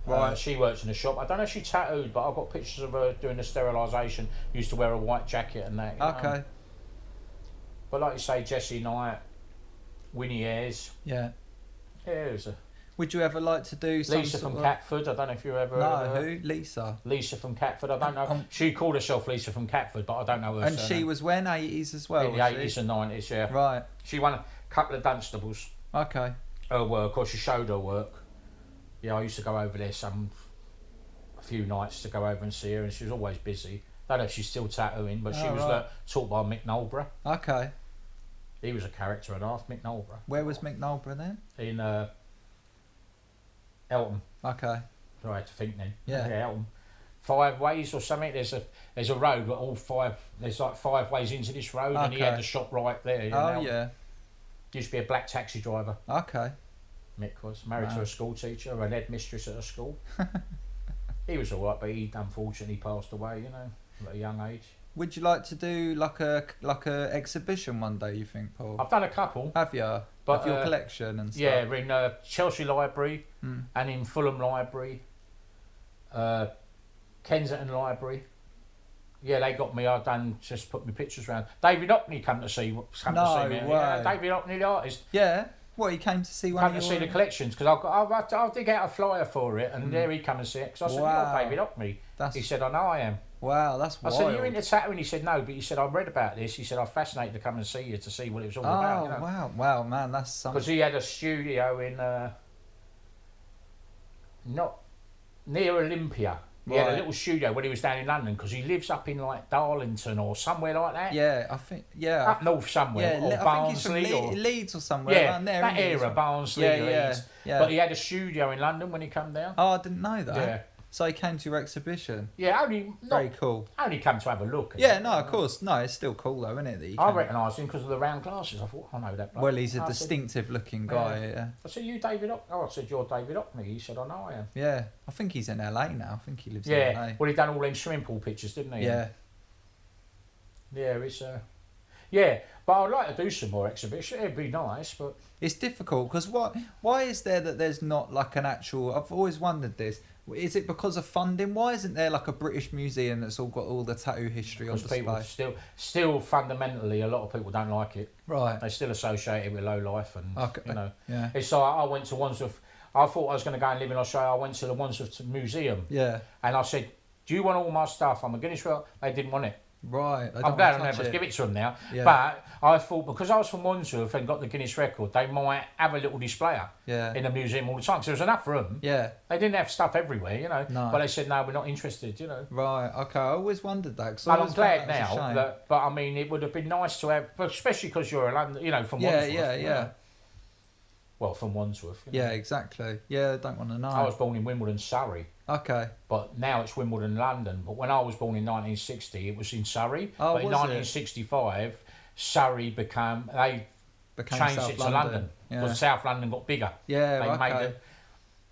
S1: Right.
S2: Uh, she works in the shop. I don't know if she tattooed, but I've got pictures of her doing the sterilisation. Used to wear a white jacket and that. you know.
S1: Okay.
S2: But like you say, Jesse Knight, Winnie Ayres.
S1: Yeah.
S2: Yeah, it was a
S1: Would you ever like to do some
S2: Lisa
S1: sort
S2: from
S1: of-
S2: Catford. I don't know if you ever. heard of
S1: No,
S2: her.
S1: who? Lisa.
S2: Lisa from Catford. I don't know.
S1: Um,
S2: she called herself Lisa from Catford, but I don't know her.
S1: And
S2: surname.
S1: she was when eighties as well.
S2: in the
S1: was she?
S2: eighties and nineties. Yeah,
S1: Right.
S2: she won a couple of Dunstables.
S1: Okay.
S2: Her work, or she showed her work. Yeah, I used to go over there some a few nights to go over and see her, and she was always busy. I don't know if she's still tattooing, but she
S1: Oh,
S2: was
S1: right.
S2: uh, taught by Mick Knowlborough.
S1: Okay.
S2: He was a character and a half, Mick Knowlborough,
S1: Where was McNulbra then?
S2: in uh, Elton.
S1: Okay.
S2: I had to think then.
S1: Yeah.
S2: Elton. Five ways or something. There's a there's a road, but all five there's like five ways into this road, and he
S1: Okay.
S2: had the shop right there. in
S1: Oh
S2: Eltham.
S1: yeah.
S2: Used to be a black taxi driver.
S1: Okay.
S2: Mick was married to
S1: Wow.
S2: a school teacher, an headmistress at a school. he was all right, but he unfortunately passed away. You know, at a young age.
S1: Would you like to do like a like a exhibition one day? You think, Paul?
S2: I've done a couple.
S1: Have you?
S2: But,
S1: of your
S2: uh,
S1: collection and stuff.
S2: Yeah, we're in uh, Chelsea Library
S1: Hmm.
S2: and in Fulham Library, uh, Kensington Library. Yeah, they got me. I done just put my pictures round. David Hockney come to see come
S1: No
S2: to see me. Yeah,
S1: way.
S2: David Hockney, the artist,
S1: Yeah. What he came to see one
S2: come
S1: of
S2: to
S1: your.
S2: see the collections because I've got. I'll, I'll, I'll dig out a flyer for it, and there he come and see it. Because I said,
S1: Hmm. Wow.
S2: "You're David Hockney."
S1: that's
S2: He said, "I know I am."
S1: wow. That's
S2: I
S1: wild.
S2: said, "You into tattooing?" He said, "No," but he said, "I read about this." He said, "I'm fascinated to come and see you to see what it was all
S1: oh
S2: about." You know?
S1: wow, wow, man, that's something.
S2: because he had a studio in uh, not near Olympia. He had
S1: Right.
S2: a little studio when he was down in London because he lives up in like Darlington or somewhere like that,
S1: Yeah, I think. Yeah.
S2: up north somewhere,
S1: yeah, Le-
S2: or
S1: I think he's from
S2: Barnsley,
S1: Le-
S2: or
S1: Leeds or somewhere
S2: yeah,
S1: around there.
S2: that
S1: isn't he?
S2: era, Barnsley,
S1: Yeah, yeah,
S2: Leeds.
S1: yeah.
S2: But he had a studio in London when he come down.
S1: oh, I didn't know that.
S2: yeah,
S1: So he came to your exhibition.
S2: yeah, only not,
S1: Very cool.
S2: only come to have a look.
S1: Yeah, no, of course, no, it's still cool though, isn't it? That he
S2: I
S1: came-
S2: recognised him because of the round glasses. I thought I know that. bloke."
S1: Well, he's
S2: I
S1: a
S2: said-
S1: distinctive-looking guy. Yeah.
S2: I said, "You David Hockney?" Oh, I said, "You're David Hockney." He said, "I know I am."
S1: yeah. I think he's in LA now. I think he lives in LA.
S2: Yeah, well, he done all them swimming pool pictures, didn't he?
S1: Yeah.
S2: Yeah, it's uh, yeah, but I'd like to do some more exhibition. It'd be nice, but
S1: It's difficult because what? Why is there that there's not like an actual? I've always wondered this. Is it because of funding? Why isn't there like a British museum that's all got all the tattoo history on
S2: because people
S1: display?
S2: still, still fundamentally, a lot of people don't like it.
S1: Right.
S2: They still associate it with low life, and
S1: Okay.
S2: you know,
S1: Yeah.
S2: it's like I went to Wandsworth. I thought I was going to go and live in Australia. I went to the Wandsworth Museum,
S1: Yeah.
S2: and I said, "Do you want all my stuff?" I'm a Guinness World. They didn't want it.
S1: Right. I
S2: I'm glad I never give it to them now.
S1: Yeah.
S2: But I thought because I was from Wandsworth and got the Guinness record, they might have a little display up
S1: Yeah.
S2: in the museum all the time. 'cause there was enough room.
S1: yeah.
S2: They didn't have stuff everywhere, you know.
S1: No.
S2: But they said, no, we're not interested, you know.
S1: Right. Okay. I always wondered that. 'cause I
S2: And I'm
S1: always found
S2: glad
S1: that was a
S2: now,
S1: shame.
S2: that, but I mean, it would have been nice to have, but especially because you're a London, you know, from
S1: yeah.
S2: Wandsworth,
S1: Yeah.
S2: you
S1: Yeah.
S2: know. Well, from Wandsworth. you know.
S1: Yeah, exactly. Yeah, don't want to know.
S2: I was born in Wimbledon, Surrey,
S1: okay.
S2: but now it's Wimbledon, London. But when I was born in 1960, it was in Surrey.
S1: Oh,
S2: but in
S1: was it?
S2: 1965, Surrey became they
S1: Became
S2: changed
S1: South
S2: it to London.
S1: Yeah.
S2: Well, South London got bigger.
S1: yeah,
S2: they
S1: okay.
S2: made it.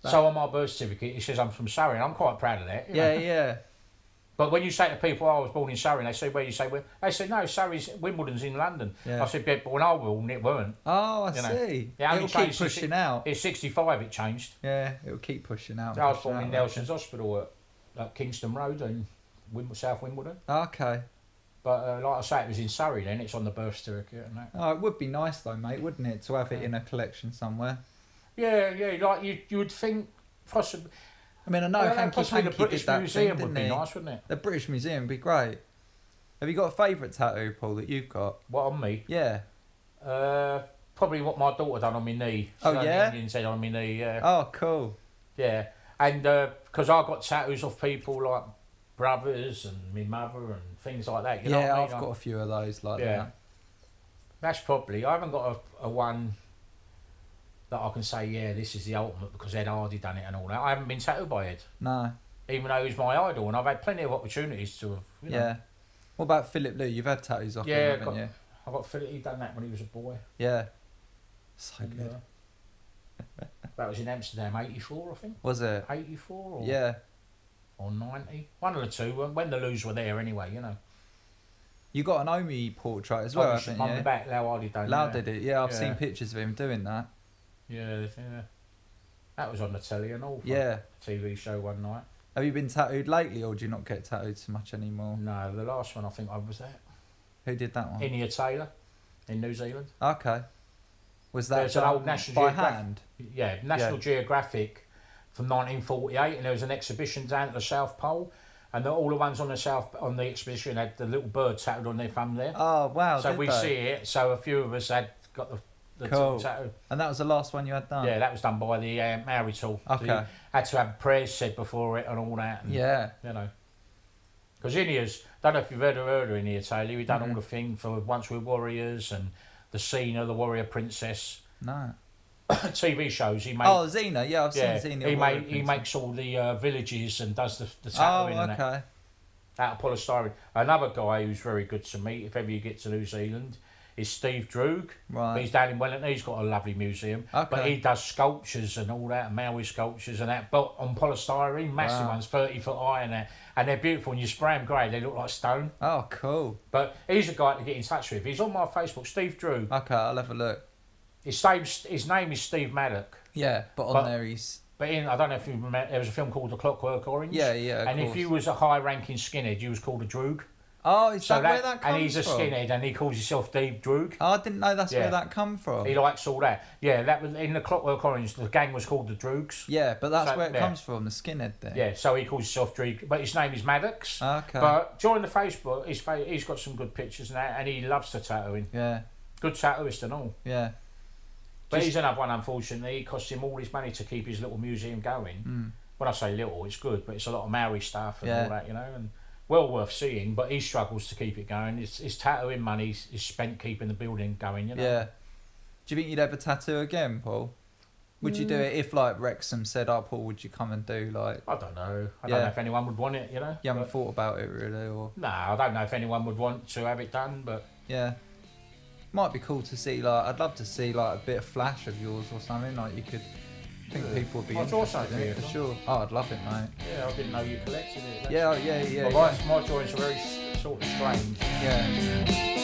S2: So on my birth certificate, it says I'm from Surrey, and I'm quite proud of that. you know.
S1: Yeah, yeah.
S2: But when you say to people, oh, I was born in Surrey, and they say, where you say, where? They say, no, Surrey's, Wimbledon's in London.
S1: Yeah.
S2: I said, yeah, but when I was born, it weren't.
S1: Oh, I
S2: You know.
S1: see.
S2: Yeah, I mean,
S1: it'll keep
S2: change the si-
S1: pushing out.
S2: It's 65, it changed.
S1: Yeah, it'll keep pushing out. and
S2: So I was
S1: pushing
S2: born in
S1: out.
S2: Nelson's Hospital at, at Kingston Road in Wim- South Wimbledon.
S1: Okay.
S2: But uh, like I say, it was in Surrey then, it's on the birth certificate and that.
S1: Oh, it would be nice though, mate, wouldn't it, to have it in a collection somewhere?
S2: Yeah, yeah, like you, you would think possibly.
S1: I mean, I know
S2: well,
S1: Hanky
S2: possibly the
S1: Panky
S2: British
S1: did that
S2: Museum
S1: thing,
S2: would
S1: didn't
S2: be
S1: he?
S2: nice, wouldn't it?
S1: The British Museum would be great. Have you got a favourite tattoo, Paul, that you've got?
S2: What on me?
S1: Yeah.
S2: Uh, probably what my daughter done on my knee.
S1: Oh,
S2: So the
S1: yeah?
S2: Indian said on my knee, yeah.
S1: Oh, cool.
S2: Yeah, and because I got tattoos of people like brothers and my mother and things like that. You know
S1: yeah,
S2: what I
S1: I've
S2: mean?
S1: got a few of those like
S2: Yeah.
S1: that.
S2: That's probably. I haven't got a, a one that I can say, yeah, this is the ultimate because Ed Hardy done it and all that. I haven't been tattooed by Ed,
S1: No.
S2: even though he's my idol, and I've had plenty of opportunities to. Have, you know.
S1: Yeah. What about Philip Lou? You've had tattoos off
S2: Yeah,
S1: him, haven't
S2: got-
S1: you?
S2: I got Philip. He done that when he was a boy.
S1: Yeah. So
S2: and,
S1: good.
S2: uh, that was in Amsterdam, '84, I think.
S1: Was it?
S2: 84 or,
S1: Yeah.
S2: or 90 one of the two when- when the loos were there anyway you know
S1: You got an Omi portrait as well,
S2: Like,
S1: haven't
S2: on the
S1: you?
S2: back Lau Hardy done
S1: Lau
S2: yeah.
S1: did it. Yeah, I've
S2: Yeah.
S1: seen pictures of him doing that.
S2: Yeah, yeah. That was on the telly and all. for
S1: Yeah.
S2: a TV show one night.
S1: Have you been tattooed lately, or do you not get tattooed so much anymore?
S2: No, the last one I think I was at.
S1: Who did that one?
S2: Inia Taylor in New Zealand.
S1: Okay. Was that
S2: There's an
S1: done
S2: old National
S1: by
S2: Geographic-
S1: hand?
S2: Yeah, National
S1: Yeah.
S2: Geographic from 1948, and there was an exhibition down at the South Pole, and the, all the ones on the South on the exhibition had the little bird tattooed on their thumb there.
S1: Oh wow!
S2: so
S1: did
S2: we
S1: they?
S2: see it. So a few of us had got the, the t-
S1: Cool.
S2: tattoo.
S1: And that was the last one you had done.
S2: Yeah, that was done by the um, Marital.
S1: Okay.
S2: had to have prayers said before it and all that. And,
S1: Yeah.
S2: you know. Because India's, don't know if you've ever heard of India Taylor, we've done
S1: Mhm.
S2: all the thing for Once We're Warriors and the scene of the Warrior Princess
S1: No.
S2: TV shows. He made,
S1: Oh, Xena. Yeah, I've
S2: yeah,
S1: seen Xena.
S2: he,
S1: Warrior
S2: made, he
S1: Princess.
S2: makes all the uh, villages and does the, the
S1: Oh,
S2: tattooing and that,
S1: okay.
S2: out of polystyrene. Another guy who's very good to meet, if ever you get to New Zealand, is Steve Droog. He's
S1: Right.
S2: down in Wellington, he's got a lovely museum. But
S1: Okay.
S2: he does sculptures and all that, Maui sculptures and that, but on polystyrene, massive
S1: Wow.
S2: ones, 30 foot high and that. And they're beautiful, and you spray them grey, they look like stone.
S1: Oh, cool.
S2: But he's a guy to get in touch with. He's on my Facebook, Steve Drew.
S1: Okay, I'll have a look.
S2: His name, his name is Steve Maddock.
S1: Yeah, but on
S2: But-
S1: there he's
S2: But in, I don't know if you remember, there was a film called The Clockwork Orange.
S1: yeah, yeah. Of
S2: and
S1: course.
S2: if you was a high ranking skinhead, you was called a droog.
S1: oh, is that, where that comes
S2: and he's a
S1: from?
S2: skinhead and he calls himself Steve Droog.
S1: Oh, I didn't know that's
S2: Yeah.
S1: where that come from.
S2: He likes all that. Yeah, that was in The Clockwork Orange, the gang was called the Droogs.
S1: Yeah, but that's
S2: So,
S1: where it
S2: yeah.
S1: comes from, the skinhead thing.
S2: Yeah, so he calls himself Drake, but his name is Maddox.
S1: Okay.
S2: But join the Facebook, his fa- he's got some good pictures and that, and he loves the tattooing.
S1: yeah,
S2: Good tattooist and all.
S1: yeah.
S2: But
S1: Just-
S2: he's another one, unfortunately. It costs him all his money to keep his little museum going.
S1: Mm.
S2: When I say little, it's good, but it's a lot of Maori stuff and
S1: Yeah.
S2: all that, you know, and well worth seeing. But he struggles to keep it going. His, his tattooing money is is spent keeping the building going, you know.
S1: Yeah. Do you think you'd ever tattoo again, Paul? Would you do it if like Wrexham said, "Oh, Paul, would you come and do like?"
S2: I don't know. I
S1: Yeah.
S2: don't know if anyone would want it, you know.
S1: You haven't
S2: but-
S1: thought about it really, or
S2: no, I don't know if anyone would want to have it done, but
S1: yeah, might be cool to see. Like, I'd love to see like a bit of flash of yours or something. Like, you could I think
S2: Yeah.
S1: people would be
S2: I'll draw
S1: interested in
S2: something
S1: it
S2: for
S1: for
S2: you.
S1: sure. Oh, I'd love it, mate.
S2: yeah, I didn't know you collected it. That's-
S1: Yeah, oh, yeah, yeah,
S2: My, my joints are very s- sort of strange.
S1: yeah.